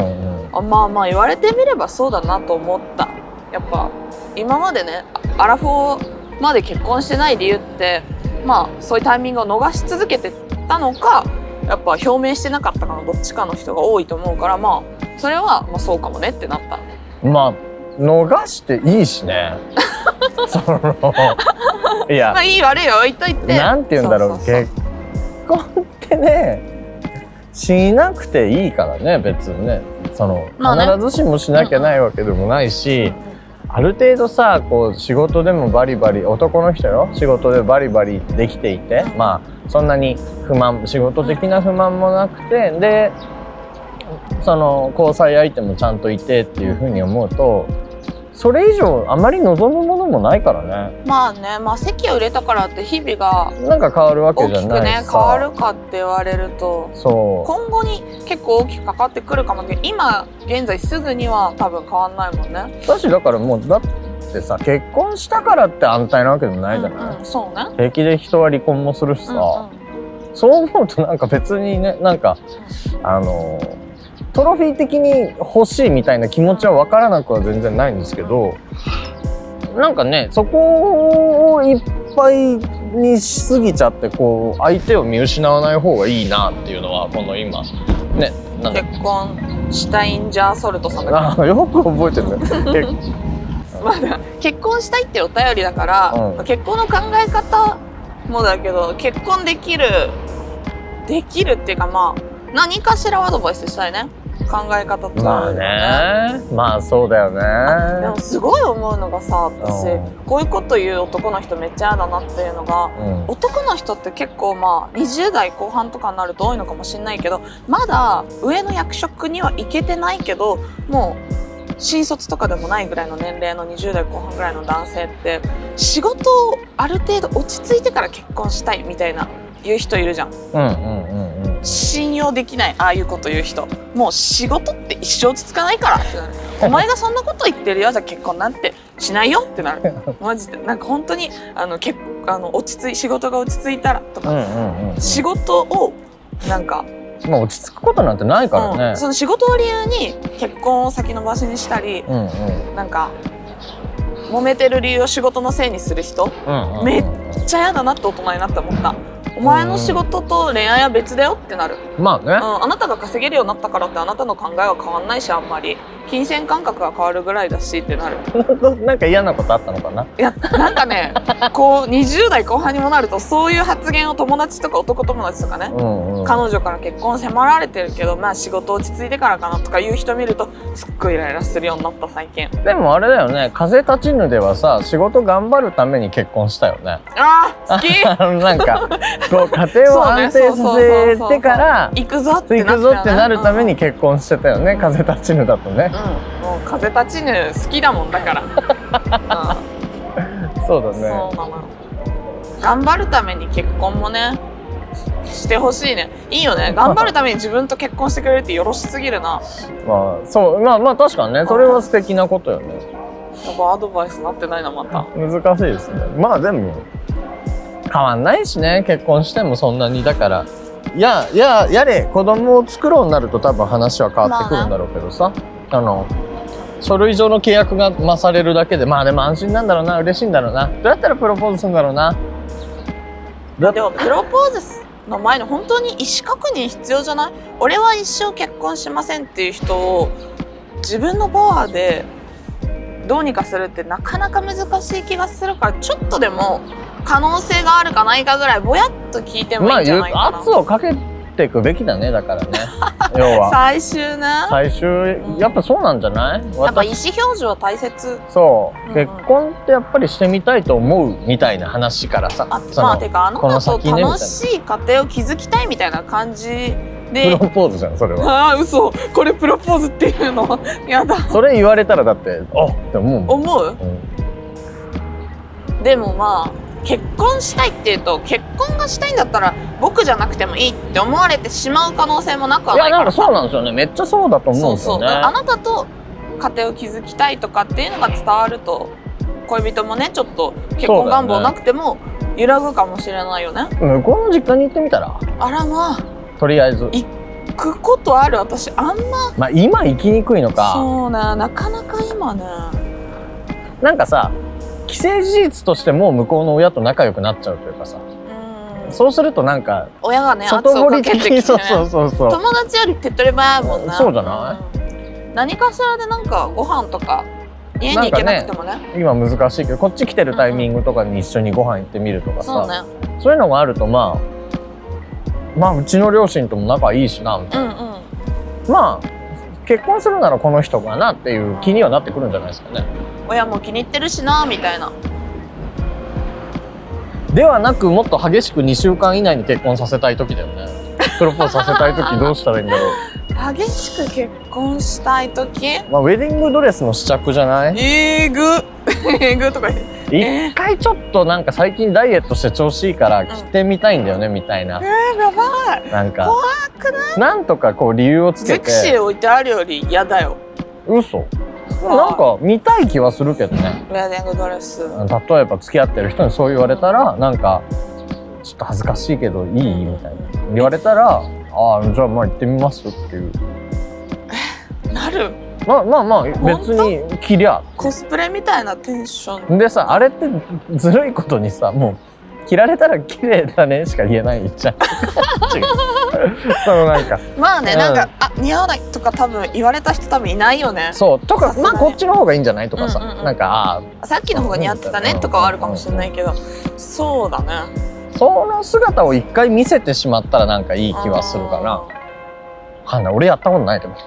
Speaker 2: うん
Speaker 1: あまあまあ言われてみればそうだなと思ったやっぱ今までねあアラフォーまで結婚してない理由ってまあそういうタイミングを逃し続けてたのかやっぱ表明してなかったかのどっちかの人が多いと思うからまあそれはまあそうかもねってなった
Speaker 2: まあ逃していいし
Speaker 1: (laughs)
Speaker 2: ねそのいや
Speaker 1: まあいい悪いは置いといて
Speaker 2: なんて言うんだろ
Speaker 1: そ
Speaker 2: う
Speaker 1: そそう
Speaker 2: 結婚ってねしなくていいからね別にねその、
Speaker 1: まあね
Speaker 2: 必ずしもしなきゃないわけでもないし、ある程度さこう仕事でもバリバリ男の人よ仕事でバリバリできていて、
Speaker 1: うん
Speaker 2: まあそんなに不満仕事的な不満もなくてでその交際相手もちゃんといてっていうふうに思うとそれ以上あまり望むものもないからね
Speaker 1: まあねまあ席を入れたからって日々が
Speaker 2: なんか変わるわけ
Speaker 1: 大
Speaker 2: じゃ
Speaker 1: きく
Speaker 2: ない
Speaker 1: ね
Speaker 2: し
Speaker 1: 変わ
Speaker 2: さ
Speaker 1: るかって言われると
Speaker 2: そう
Speaker 1: 今後に結構大きくかかってくるかもだけど今現在すぐには多分変わんないもんね。
Speaker 2: だしだからもうだってさ結婚したからって安泰なわけでもないじゃな
Speaker 1: う
Speaker 2: い、
Speaker 1: んうん、そうね。
Speaker 2: 平気で人は離婚もするしさ、
Speaker 1: うん
Speaker 2: そう思うとなんか別にねなんかあのトロフィー的に欲しいみたいな気持ちは分からなくは全然ないんですけどなんかねそこをいっぱいにしすぎちゃってこう相手を見失わない方がいいなっていうのはこの今ねなん
Speaker 1: う
Speaker 2: だ
Speaker 1: ん結婚したいんじゃソルトさんだか
Speaker 2: あよく覚えてるね。結
Speaker 1: ら (laughs) まだ結婚したいってお便りだから、
Speaker 2: うん
Speaker 1: 結婚の考え方もだけど結婚できるできるっていうかまあ何かしらアドバイスしたいね考え方と
Speaker 2: まあねまあそうだよね。
Speaker 1: でもすごい思うのがさ私
Speaker 2: うん
Speaker 1: こういうこと言う男の人めっちゃ嫌だなっていうのが
Speaker 2: うん
Speaker 1: 男の人って結構まあ20代後半とかになると多いのかもしれないけどまだ上の役職には行けてないけどもう新卒とかでもないぐらいの年齢の20代後半ぐらいの男性って仕事をある程度落ち着いてから結婚したいみたいな言う人いるじゃん
Speaker 2: うんうんうんうん。
Speaker 1: 信用できないああいうこと言う人もう仕事って一生落ち着かないからってなるお前がそんなこと言ってるよじゃあ結婚なんてしないよってなるマジでなんか本当にあのけあの落ち着い仕事が落ち着いたらと
Speaker 2: う
Speaker 1: か、
Speaker 2: んうんうん。
Speaker 1: 仕事をなんか、
Speaker 2: まあ落ち着くことなんてないから
Speaker 1: うん
Speaker 2: ね。
Speaker 1: その仕事を理由に結婚を先延ばしにしたり
Speaker 2: うんうん
Speaker 1: なんか揉めてる理由を仕事のせいにする人
Speaker 2: うんうん。
Speaker 1: めっめっちゃ嫌だなって大人になって思ったお前の仕事と恋愛は別だよってなる
Speaker 2: まあね。
Speaker 1: うん、あなたが稼げるようになったからってあなたの考えは変わんないしあんまり金銭感覚が変わるぐらいだしってなる
Speaker 2: (laughs) なんか嫌なことあったのかな。
Speaker 1: いやなんかねこう20代後半にもなるとそういう発言を友達とか男友達とかね
Speaker 2: うんうん。
Speaker 1: 彼女から結婚迫られてるけどまあ仕事落ち着いてからかなとかいう人見るとすっごいイライラするようになった最近
Speaker 2: でもあれだよね。風立ちぬではさ、仕事頑張るために結婚したよね。 (laughs)
Speaker 1: あー好き
Speaker 2: あのなんかこう家庭を安定させてから
Speaker 1: 行くぞって
Speaker 2: 行
Speaker 1: な
Speaker 2: く
Speaker 1: っ
Speaker 2: ぞ
Speaker 1: たよね
Speaker 2: ってなるため
Speaker 1: うん
Speaker 2: に結婚してたよね。風立ちぬだとね。
Speaker 1: うん、もう風立ちぬ好きだもんだから、うん
Speaker 2: そうだ
Speaker 1: そうな
Speaker 2: ね。
Speaker 1: のよ頑張るために結婚もねしてほしいねいいよね頑張るために自分と結婚してくれるってよろしすぎるな
Speaker 2: まあそうまあまあ確かにね。それは素敵なことよね。
Speaker 1: やっぱアドバイスなってないなまた
Speaker 2: 難しいですねまあでも変わんないしね結婚してもそんなにだからいやいややれ子供を作ろうになると多分話は変わってくるんだろうけどさ、あの書類上の契約が勝れるだけでまあでも安心なんだろうな嬉しいんだろうなどうやったらプロポーズするんだろうなだ
Speaker 1: でもプロポーズの前に本当に意思確認必要じゃない俺は一生結婚しませんっていう人を自分のパワーでどうにかするってなかなか難しい気がするからちょっとでも可能性があるかないかぐらいぼやっと聞いても
Speaker 2: ま
Speaker 1: いい
Speaker 2: あ
Speaker 1: んじゃ
Speaker 2: 言う
Speaker 1: ないかな、
Speaker 2: 圧をかけていくべきだねだか
Speaker 1: (laughs)
Speaker 2: らね要は
Speaker 1: 最終ね
Speaker 2: 最終やっぱそうなんじゃない
Speaker 1: やっぱ意
Speaker 2: 私
Speaker 1: 思表示は大切
Speaker 2: そう、
Speaker 1: うんうん
Speaker 2: 結婚ってやっぱりしてみたいと思うみたいな話からさ
Speaker 1: あ
Speaker 2: その
Speaker 1: まあてかあな
Speaker 2: この
Speaker 1: たと
Speaker 2: 先ねみたいな
Speaker 1: 楽しい家庭を築きたいみたいな感じ
Speaker 2: プ
Speaker 1: で
Speaker 2: ロポーズじゃんそれ
Speaker 1: (laughs)
Speaker 2: は
Speaker 1: ああ嘘これプロポーズっていうの (laughs) やだ
Speaker 2: それ言われたらだってあって思うもん
Speaker 1: 思う
Speaker 2: うん
Speaker 1: でもまあ結婚したいっていうと結婚がしたいんだったら僕じゃなくてもいいって思われてしまう可能性もなくはいな
Speaker 2: や
Speaker 1: いか
Speaker 2: なん
Speaker 1: ら
Speaker 2: か
Speaker 1: さ
Speaker 2: そうなんですよねめっちゃそうだと思
Speaker 1: そううん
Speaker 2: ですよ
Speaker 1: そう
Speaker 2: ね
Speaker 1: だからあなたと家庭を築きたいとかっていうのが伝わると恋人もねちょっと結婚願望なくても揺らぐかもしれないよね
Speaker 2: 向こうの実家に行ってみたら
Speaker 1: あらまあ
Speaker 2: とりあえず
Speaker 1: 行くことある私あんま
Speaker 2: まあ今行きにくいのか
Speaker 1: そうねなかなか今ね
Speaker 2: なんかさ既成事実としてもう向こうの親と仲良くなっちゃうというかさ
Speaker 1: うん
Speaker 2: そうするとなんか
Speaker 1: 親がね圧
Speaker 2: 外
Speaker 1: を
Speaker 2: 堀
Speaker 1: かけ
Speaker 2: 的
Speaker 1: て
Speaker 2: に、
Speaker 1: きて
Speaker 2: そう
Speaker 1: ね
Speaker 2: そうそうそう
Speaker 1: 友達より手っ取り早いもんね、
Speaker 2: そうじゃない
Speaker 1: うん何かしらでなんかご飯とか家に行けなくてもね
Speaker 2: 今難しいけどこっち来てるタイミングとかに一緒にご飯行ってみるとか
Speaker 1: そう
Speaker 2: さ
Speaker 1: ね
Speaker 2: そういうのがあるとまあまあうちの両親とも仲いいしなみた
Speaker 1: う
Speaker 2: い
Speaker 1: ん
Speaker 2: な
Speaker 1: うん
Speaker 2: まあ結婚するならこの人かなっていう気にはなってくるんじゃないですかね
Speaker 1: 親も気に入ってるしなみたいな
Speaker 2: ではなくもっと激しく2週間以内に結婚させたい時だよねプロポーズさせたい時どうしたらいいんだ
Speaker 1: (laughs)
Speaker 2: ろう
Speaker 1: 激しく結婚したい時
Speaker 2: まあウェディングドレスの試着じゃない
Speaker 1: えーぐ (laughs) えーぐとか言ってえ
Speaker 2: 一回ちょっとなんか最近ダイエットして調子いいから着てみたいんだよねみたいな
Speaker 1: えーやばい
Speaker 2: なんか
Speaker 1: 怖
Speaker 2: くないなんとかこう理由をつけ
Speaker 1: ゼクシ
Speaker 2: て
Speaker 1: ー置いてあるより嫌だよ
Speaker 2: 嘘なんか見たい気はするけどね
Speaker 1: ウェディングドレス
Speaker 2: 例えば付き合ってる人にそう言われたらなんかちょっと恥ずかしいけどいいみたいな言われたらああじゃあまあ行ってみますっていう
Speaker 1: なる
Speaker 2: まあまあまあ別に着りゃ
Speaker 1: コスプレみたいなテンション
Speaker 2: でさあれってずるいことにさもう着られたら綺麗だねしか言えない
Speaker 1: (laughs)
Speaker 2: じゃん違うそのなんか
Speaker 1: まあね、
Speaker 2: うん
Speaker 1: なんかあ似合わないとか多分言われた人多分いないよね
Speaker 2: そうと
Speaker 1: さ
Speaker 2: か
Speaker 1: すがに
Speaker 2: まあこっちの方がいいんじゃないとかさ、
Speaker 1: うんうんうん
Speaker 2: なんかああ
Speaker 1: さっきの方が似合ってたねとかはあるかもしれないけどそうだね
Speaker 2: その姿を一回見せてしまったらなんかいい気はするかな
Speaker 1: な
Speaker 2: わかんない俺やったことないけどね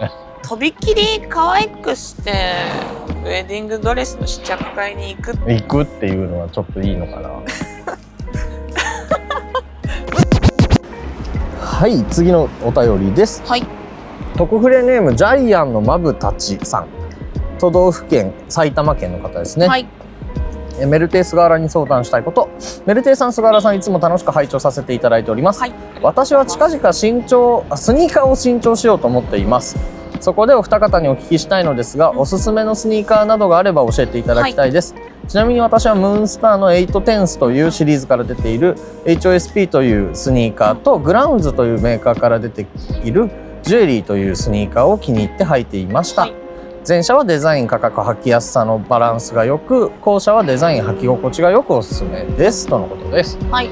Speaker 1: とびきり可愛くしてウェディングドレスの試着会に行く
Speaker 2: 行くっていうのはちょっといいのかな
Speaker 1: (laughs)
Speaker 2: はい次のお便りです
Speaker 1: はい
Speaker 2: 特フレネームジャイアンのまぶたちさん都道府県埼玉県の方ですね、
Speaker 1: はい
Speaker 2: えメルテイ菅原に相談したいことメルテイさん菅原さんいつも楽しく拝聴させていただいております、
Speaker 1: はい
Speaker 2: 私は近々新調あスニーカーを新調しようと思っていますそこでお二方にお聞きしたいのですがおすすめのスニーカーなどがあれば教えていただきたいです、ちなみに私はムーンスターの8テンスというシリーズから出ている HOSP というスニーカーとグラウンズというメーカーから出ているジュエリーというスニーカーを気に入って履いていました、
Speaker 1: はい
Speaker 2: 前者はデザイン価格履きやすさのバランスが良く後者はデザイン履き心地がよくおすすめですとのことです
Speaker 1: はい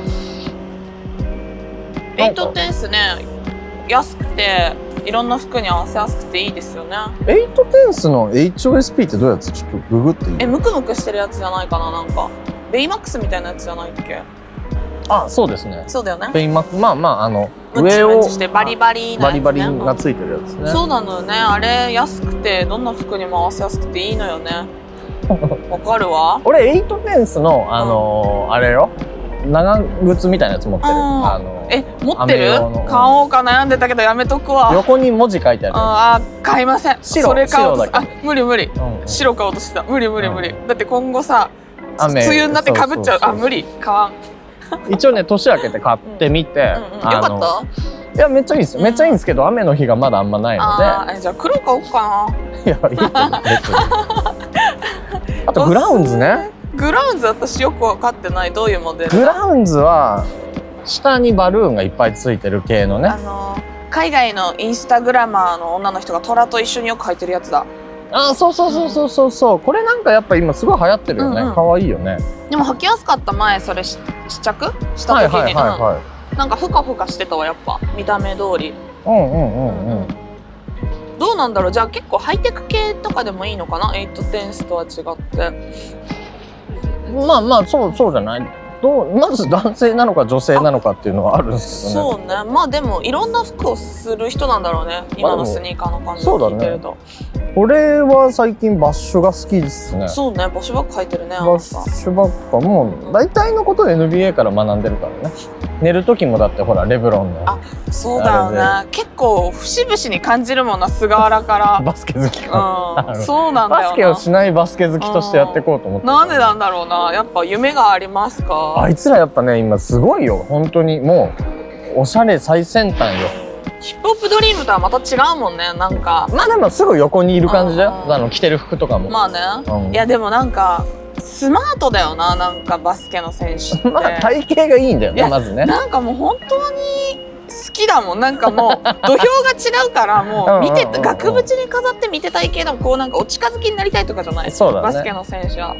Speaker 2: な
Speaker 1: エイ
Speaker 2: んか
Speaker 1: トテンスね安くていろんな服に合わせやすくていいですよね
Speaker 2: 8テンスの HOSP ってどういうやつちょっとググっていい
Speaker 1: えムクムクしてるやつじゃないかななんかベイマックスみたいなやつじゃないっけ
Speaker 2: あそうですね
Speaker 1: そうだよね
Speaker 2: ペインマックまあまああの
Speaker 1: ムチ
Speaker 2: 上
Speaker 1: ム
Speaker 2: を
Speaker 1: チしてバリバリなや
Speaker 2: バ
Speaker 1: つ、
Speaker 2: リ
Speaker 1: ね、
Speaker 2: バリがついてるやつね
Speaker 1: そうなのよねあれ安くてどんな服にも合わせやすくていいのよね
Speaker 2: (laughs)
Speaker 1: わかるわ
Speaker 2: 俺8テンスのあのーあれよ長靴みたいなやつ持ってる
Speaker 1: うん
Speaker 2: あの
Speaker 1: え持ってる
Speaker 2: 雨用の
Speaker 1: 買おうか悩んでたけどやめとくわ
Speaker 2: 横に文字書いてあ
Speaker 1: あー買いません
Speaker 2: 白
Speaker 1: それ買おうとし
Speaker 2: 白だ
Speaker 1: あ
Speaker 2: け
Speaker 1: 無理無理
Speaker 2: るうん
Speaker 1: 白買おうとしてた無理無理無理、だって今後さ梅
Speaker 2: 雨
Speaker 1: 雨になってかぶっちゃう
Speaker 2: そそそ
Speaker 1: あ無理買わん、うん、
Speaker 2: 一応ね年明けて買ってみて、
Speaker 1: よ
Speaker 2: あの
Speaker 1: かっ
Speaker 2: いやめっちゃいいですよめっちゃいいんですけど、雨の日がまだあんまない
Speaker 1: た
Speaker 2: の
Speaker 1: あーえじゃあ黒買おうか
Speaker 2: でいやいいけ
Speaker 1: (laughs)
Speaker 2: ど別にあとグラウンズね
Speaker 1: なグラウンズ私よく分かってないどういうモデル
Speaker 2: グラウンズは下にバルーンがいっぱいついてる系のね
Speaker 1: あの海外のインスタグラマーの女の人が虎と一緒によく履いてるやつだ
Speaker 2: あそうそうそうそうそうそうこれなんかやっぱ今すごい流行ってるよね
Speaker 1: うんうん
Speaker 2: 可愛、いよね
Speaker 1: でも履きやすかった前それし試着した
Speaker 2: はい
Speaker 1: 時
Speaker 2: は
Speaker 1: に、
Speaker 2: いはいはい
Speaker 1: うんなんかふかふかしてたわやっぱ見た目通り、
Speaker 2: うんうんうんうん
Speaker 1: どうなんだろうじゃあ結構ハイテク系とかでもいいのかなエイトテンスとは違って
Speaker 2: まあまあそうそうじゃないどうまず男性なのか女性なのかっていうのはあるんですけど
Speaker 1: そ
Speaker 2: ね
Speaker 1: うねまあでもいろんな服をする人なんだろうね今のスニーカーの感じを
Speaker 2: そうだ
Speaker 1: 聞
Speaker 2: ね
Speaker 1: いてると
Speaker 2: 俺は最近バッシュが好きですね
Speaker 1: そうねバシュバッグ履いてるねあ
Speaker 2: バ
Speaker 1: な
Speaker 2: ッ
Speaker 1: た
Speaker 2: シュバックはもう大体のことを NBA から学んでるからね寝る時もだってほらレブロンの
Speaker 1: あそうだよ
Speaker 2: あ
Speaker 1: ね結構節々に感じるもんな菅原か
Speaker 2: (laughs) バスケ好きから、
Speaker 1: ら
Speaker 2: あ
Speaker 1: う
Speaker 2: の
Speaker 1: んそうなんだ
Speaker 2: バスケを
Speaker 1: よ
Speaker 2: しないバスケ好きとしてやっていこうと思って
Speaker 1: ななんでなんだろうなやっぱ夢がありますか
Speaker 2: あいつらやっぱね今すごいよ本当にもうおしゃれ最先端よ
Speaker 1: ヒップホップドリームとはまた違うもんねなんか
Speaker 2: まあでもすぐ横にいる感じだよ
Speaker 1: うん
Speaker 2: あの着てる服とかも、
Speaker 1: まあね
Speaker 2: う
Speaker 1: い
Speaker 2: ん
Speaker 1: やでもなんかスマートだよななんかバスケの選手って
Speaker 2: (laughs) まあ体型がいいんだよ
Speaker 1: いや
Speaker 2: ねまずね
Speaker 1: なんかもう本当に好きだもんなんか
Speaker 2: (laughs)
Speaker 1: もう土俵が違うからもう見て
Speaker 2: うんうんうんうん
Speaker 1: 額縁に飾って見てたい系でもこうなんかお近づきになりたいとかじゃない
Speaker 2: そうだね
Speaker 1: バスケの選手は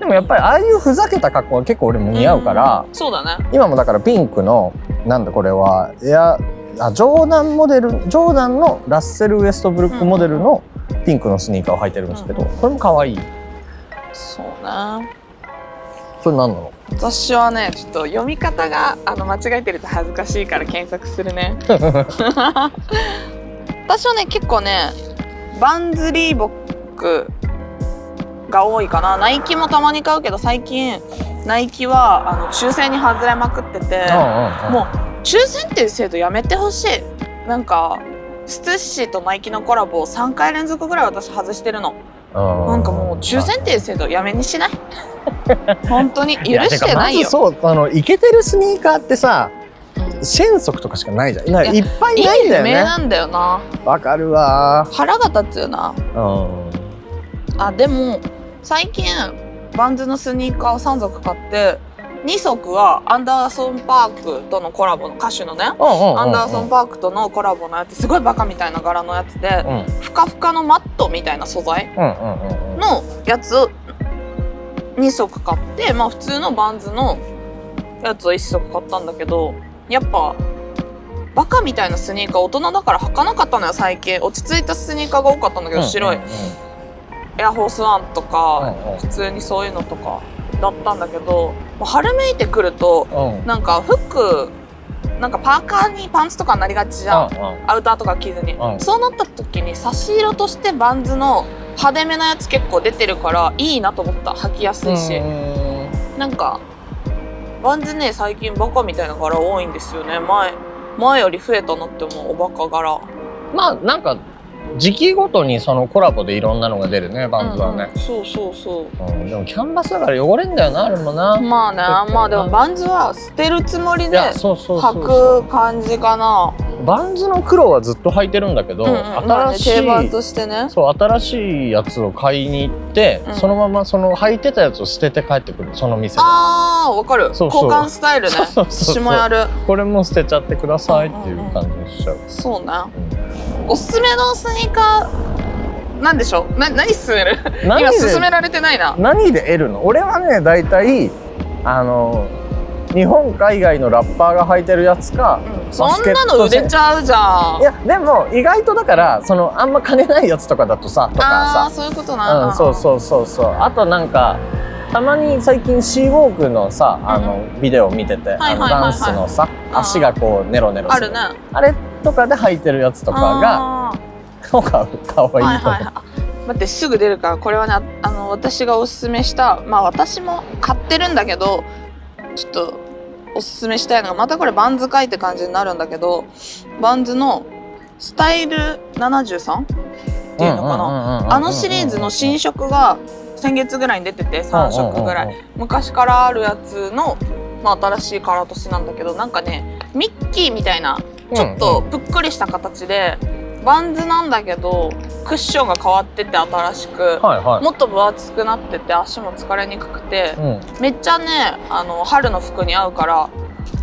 Speaker 2: でもやっぱりああいうふざけた格好は結構俺も似合うから、
Speaker 1: んそうだね
Speaker 2: 今もだからピンクのなんだこれはエアあジョーダンモデルジョーダンのラッセル・ウエストブルックモデルのピンクのスニーカーを履いてるんですけど、
Speaker 1: うん
Speaker 2: これも可愛い
Speaker 1: そうね
Speaker 2: それ何なの
Speaker 1: 私はねちょっと読み方があの間違えてると恥ずかしいから検索する
Speaker 2: (laughs)
Speaker 1: ね私はね結構ねバンズリーボックが多いかなナイキもたまに買うけど最近ナイキはあの抽選に外れまくってて
Speaker 2: うんうん
Speaker 1: も
Speaker 2: うん
Speaker 1: う抽選っていう制度やめてほしいなんかステッシーとナイキのコラボを3回連続ぐらい私外してるの
Speaker 2: う
Speaker 1: なんかもう抽選っていう制度やめに
Speaker 2: (laughs)
Speaker 1: しない本当に許してない
Speaker 2: や
Speaker 1: よ
Speaker 2: てかまずそうあのイケてるスニーカーってさ
Speaker 1: うん
Speaker 2: 1000足とかしかないじゃんなんか
Speaker 1: い
Speaker 2: いっぱい
Speaker 1: 意
Speaker 2: ない
Speaker 1: 味
Speaker 2: ん
Speaker 1: 不
Speaker 2: だ
Speaker 1: 明
Speaker 2: よね
Speaker 1: なんだよな
Speaker 2: わかるわ
Speaker 1: 腹が立つよな
Speaker 2: ー
Speaker 1: あでも最近バンズのスニーカーを3足買って2足はアンダーソン・パークとのコラボの歌手のねア
Speaker 2: ア
Speaker 1: ンダーソン・パークとのコラボのやつすごいバカみたいな柄のやつで
Speaker 2: うんうん
Speaker 1: ふかふかのマットみたいな素材
Speaker 2: うんうんうん
Speaker 1: のやつを2足買ってまあ普通のバンズのやつを1足買ったんだけどやっぱバカみたいなスニーカー大人だから履かなかったのよ最近落ち着いたスニーカーが多かったんだけど、白い
Speaker 2: うん
Speaker 1: エアホースワンとか、
Speaker 2: うんうん
Speaker 1: 普通にそういうのとかだったんだけどもう春めいてくると
Speaker 2: うんうん
Speaker 1: なんかフックなんかパーカーにパンツとかになりがちじゃん、アウターとか着ずに、
Speaker 2: うん
Speaker 1: そうなった時に差し色としてバンズの派手めなやつ結構出てるからいいなと思った履きやすいし、
Speaker 2: うん
Speaker 1: なんかバンズね最近バカみたいな柄多いんですよね前前より増えたなって思うおバカ柄
Speaker 2: まあなんか時期ごとにそのコラボでいろんなのが出るねバンズは
Speaker 1: う
Speaker 2: ね
Speaker 1: ん、うんそうそうそう
Speaker 2: うんでもキャンバスだから汚れんだよなあれもな、い
Speaker 1: まあねまあでもバンズは捨てるつもりで
Speaker 2: やそうそうそうそ
Speaker 1: 履く感じかな
Speaker 2: うバンズの黒はずっと履いてるんだけど、
Speaker 1: うんうんまあ
Speaker 2: 新
Speaker 1: ね
Speaker 2: し
Speaker 1: 定
Speaker 2: い、
Speaker 1: 番としてね
Speaker 2: そう新しいやつを買いに行って、
Speaker 1: うん
Speaker 2: そのままその履いてたやつを捨てて帰ってくるその店で
Speaker 1: あーわかる
Speaker 2: そうそう
Speaker 1: 交換スタイルね
Speaker 2: そう (laughs) そうそう
Speaker 1: 私もやる
Speaker 2: これも捨てちゃってくださいっていう感じにしちゃう、
Speaker 1: そうねおすすめのスニーカーなんでしょうな何勧める
Speaker 2: うん
Speaker 1: 今
Speaker 2: 何
Speaker 1: 勧め
Speaker 2: で
Speaker 1: られてないな
Speaker 2: 何で得るの俺はね大体あの日本海外のラッパーが履いてるやつか、
Speaker 1: うんそんなの
Speaker 2: バスケット
Speaker 1: 売
Speaker 2: 選
Speaker 1: れちゃうじゃん
Speaker 2: いやでも意外とだからそのあんま金ないやつとかだとさと
Speaker 1: ああー
Speaker 2: か
Speaker 1: そういうこと
Speaker 2: さ
Speaker 1: な
Speaker 2: うんそう
Speaker 1: う
Speaker 2: そうそうそうあとなんかたまに最近シーウォークのさあのビデオ見てて、
Speaker 1: はい
Speaker 2: あの
Speaker 1: はいはいはい
Speaker 2: ダンスのさ
Speaker 1: あー
Speaker 2: 足がこうネロネロ
Speaker 1: あ
Speaker 2: す
Speaker 1: るね
Speaker 2: あれとかで履いてるやつとかが
Speaker 1: あー
Speaker 2: とか可愛
Speaker 1: はいは
Speaker 2: い
Speaker 1: い
Speaker 2: と思う、
Speaker 1: はい待ってすぐ出るからこれはねああの私がおすすめしたまあ私も買ってるんだけどちょっとおすすめしたいのがまたこれバンズいって感じになるんだけどバンズのスタイル 73? っていうのかな、
Speaker 2: な
Speaker 1: あのシリーズの新色が先月ぐらいに出てて3色ぐらい
Speaker 2: い
Speaker 1: 昔からあるやつの、まあ、新しいカラーとしてなんだけどなんかねミッキーみたいなちょっとぷっくりした形でバンズなんだけどクッションが変わってて新しく
Speaker 2: はいはい
Speaker 1: もっと分厚くなってて足も疲れにくくて
Speaker 2: うん
Speaker 1: めっちゃねあの春の服に合うから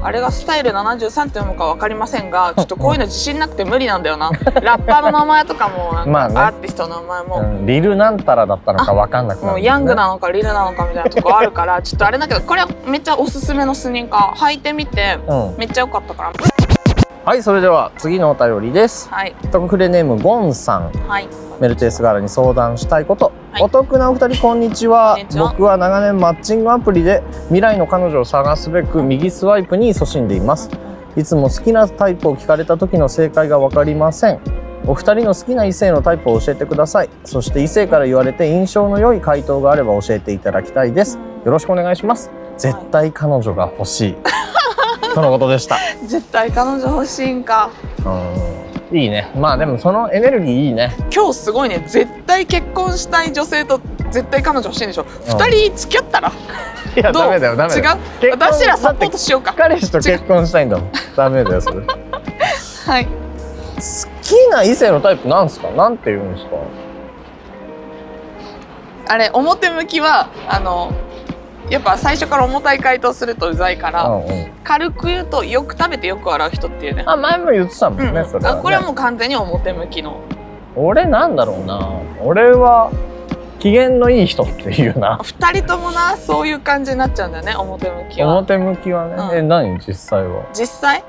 Speaker 1: あれがスタイル73って読むか分かりませんがちょっとこういうの自信なくて無理なんだよ
Speaker 2: (laughs)
Speaker 1: なラッパーの名前とかもなんか
Speaker 2: まあね
Speaker 1: アーティストの名前も。
Speaker 2: うんリルなんたらだったのかわかんなくなる
Speaker 1: もうヤングなのかリルなのかみたいなとこあるから (laughs) ちょっとあれだけどこれはめっちゃおすすめのスニーカー履いてみて
Speaker 2: うん
Speaker 1: めっちゃ良かったから
Speaker 2: はいそれでは次のお便りです
Speaker 1: はい
Speaker 2: 特フレネームゴンさん
Speaker 1: はい
Speaker 2: メルテイスガーラに相談したいこと、
Speaker 1: はい
Speaker 2: お得なお二人こんにちは
Speaker 1: こんにちは
Speaker 2: 僕は長年マッチングアプリで未来の彼女を探すべく右スワイプに勤しんでいますいつも好きなタイプを聞かれた時の正解が分かりませんお二人の好きな異性のタイプを教えてくださいそして異性から言われて印象の良い回答があれば教えていただきたいですよろしくお願いします絶対彼女が欲しいとのこと
Speaker 1: (laughs)
Speaker 2: でした。
Speaker 1: 絶対彼女欲しいんか
Speaker 2: うん、いいね。まあでもそのエネルギーいいね。
Speaker 1: 今日すごいね絶対結婚したい女性と絶対彼女欲しいんでしょ2人付き合ったら
Speaker 2: いや
Speaker 1: どう
Speaker 2: ダメだよダメだ
Speaker 1: 違
Speaker 2: よ。
Speaker 1: う私らサポート
Speaker 2: し
Speaker 1: しようか
Speaker 2: 彼氏と結婚したいんだも
Speaker 1: (laughs)
Speaker 2: ん。ダメだよそれ。好
Speaker 1: はい
Speaker 2: きな異性のタイプなんすか？なんて言うんですか？
Speaker 1: あれ表向きはあのやっぱ最初から重たい回答するとうざいから、
Speaker 2: うんうん。
Speaker 1: 軽く言うとよく食べてよく笑う人っていうね
Speaker 2: あ前も言ってたもん
Speaker 1: うん
Speaker 2: ね、それは、
Speaker 1: あ
Speaker 2: ね。
Speaker 1: これはもう完全に表向きの
Speaker 2: 俺なんだろうな。俺は機嫌のいい人っていうな。
Speaker 1: 2人ともなそういう感じになっちゃうんだよね表向きは
Speaker 2: 表向きはね。え何実際は。
Speaker 1: 実際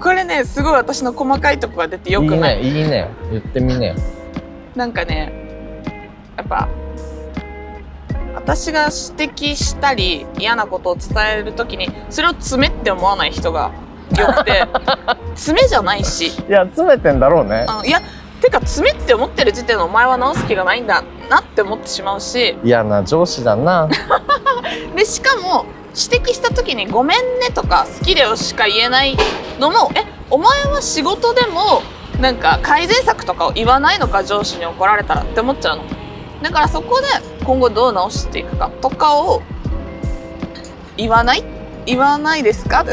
Speaker 1: これねすごい私の細かいとこが出てよ
Speaker 2: いい
Speaker 1: くない
Speaker 2: ねいいね言ってみね。
Speaker 1: なんかねやっぱ私が指摘したり嫌なことを伝えるときにそれを爪って思わない人がよくて爪じゃないし
Speaker 2: いや詰めてんだろうね。
Speaker 1: あのいやてか爪って思ってる時点でお前は直す気がないんだなって思ってしまうし
Speaker 2: 嫌な上司だな。
Speaker 1: でしかも指摘した時に「ごめんね」とか「好きだよ」しか言えないのも「えお前は仕事でもなんか改善策とかを言わないのか上司に怒られたら」って思っちゃうのだからそこで今後どう直していくかとかを言わない言わないですかって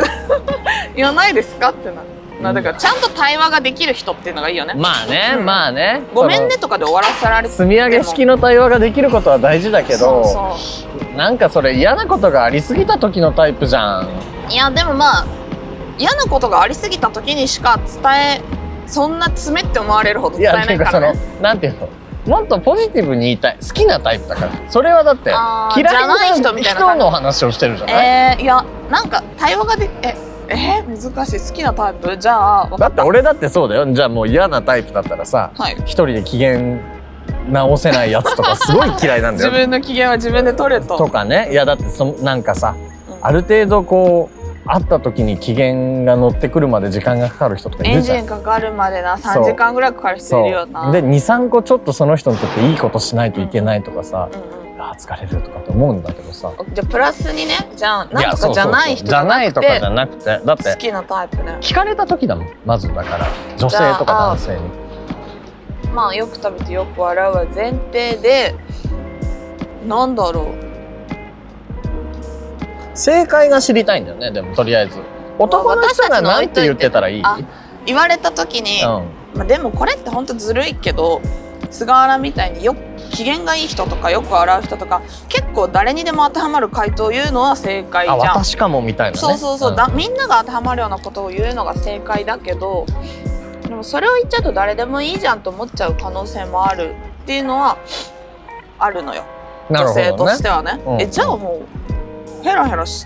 Speaker 1: (laughs) 言わないですかってななだからちゃんと対話ができる人っていうのがいいよね
Speaker 2: まあね、
Speaker 1: うん
Speaker 2: まあね。
Speaker 1: ごめんねとかで終わらせられ
Speaker 2: その。積み上げ式の対話ができることは大事だけど、
Speaker 1: そうそう
Speaker 2: なんかそれ嫌なことがありすぎた時のタイプじゃん。
Speaker 1: いやでもまあ嫌なことがありすぎた時にしか伝えそんな詰めって思われるほど
Speaker 2: い
Speaker 1: 伝え
Speaker 2: や、て
Speaker 1: ないいう
Speaker 2: か
Speaker 1: か
Speaker 2: そ
Speaker 1: ら
Speaker 2: の
Speaker 1: ね、
Speaker 2: なんていうの。もっとポジティブに言いたい。好きなタイプだから。それはだって
Speaker 1: あー
Speaker 2: 嫌い
Speaker 1: じゃない
Speaker 2: な
Speaker 1: 人みたいな感じ
Speaker 2: 人の話をしてるじゃない。
Speaker 1: えー、いやなんか対話がでええー、難しい好きなタイプじゃあわか
Speaker 2: だって俺だってそうだよ。じゃあもう嫌なタイプだったらさ、
Speaker 1: はい
Speaker 2: 一人で機嫌直せないやつとかすごい嫌いなんだ
Speaker 1: 自
Speaker 2: よ。
Speaker 1: 分の機嫌は自分で取れと
Speaker 2: とかねいやだってそのなんかさ、
Speaker 1: うん
Speaker 2: ある程度こう会った時に機嫌が乗ってくるまで時間がかかる人とかい
Speaker 1: エ
Speaker 2: る
Speaker 1: ン
Speaker 2: じゃ
Speaker 1: ジ
Speaker 2: ん。
Speaker 1: ンかかるまでな
Speaker 2: そ
Speaker 1: 3
Speaker 2: う
Speaker 1: 時間ぐらいかかる人いるよな
Speaker 2: で23個ちょっとその人にとっていいことしないといけないとかさ、
Speaker 1: うん
Speaker 2: あー疲れるとかって思うんだけどさ
Speaker 1: うんじゃあプラスにねじゃあ
Speaker 2: い
Speaker 1: なん
Speaker 2: や
Speaker 1: と
Speaker 2: そ
Speaker 1: か
Speaker 2: う
Speaker 1: じゃ
Speaker 2: そうそう
Speaker 1: ない人
Speaker 2: じゃないとかじゃ
Speaker 1: な
Speaker 2: なくてだっ
Speaker 1: くて好
Speaker 2: て
Speaker 1: きなタイプね
Speaker 2: 聞かれた時だもんまずだから女性とか男性に
Speaker 1: まあよく食べてよく笑うは前提でなんだろう
Speaker 2: 正解が知りたいんだよねでもとりあえず男の人が何て言ってたらいい、
Speaker 1: あ言われた時に、
Speaker 2: う
Speaker 1: まあ、でもこれって本当ずるいけど菅原みたいによ機嫌がいい人とかよく笑う人とか結構誰にでも当てはまる回答を言うのは正解
Speaker 2: ん、
Speaker 1: じゃ
Speaker 2: あ
Speaker 1: ん。
Speaker 2: 私かもみたいなね
Speaker 1: そうそうそう、
Speaker 2: ん
Speaker 1: だみんなが当てはまるようなことを言うのが正解だけどでもそれを言っちゃうと誰でもいいじゃんと思っちゃう可能性もあるっていうのはあるのよ
Speaker 2: なる
Speaker 1: 女
Speaker 2: ほど
Speaker 1: 性と
Speaker 2: ね
Speaker 1: してはね。
Speaker 2: うん
Speaker 1: えじゃあもうヘラヘラし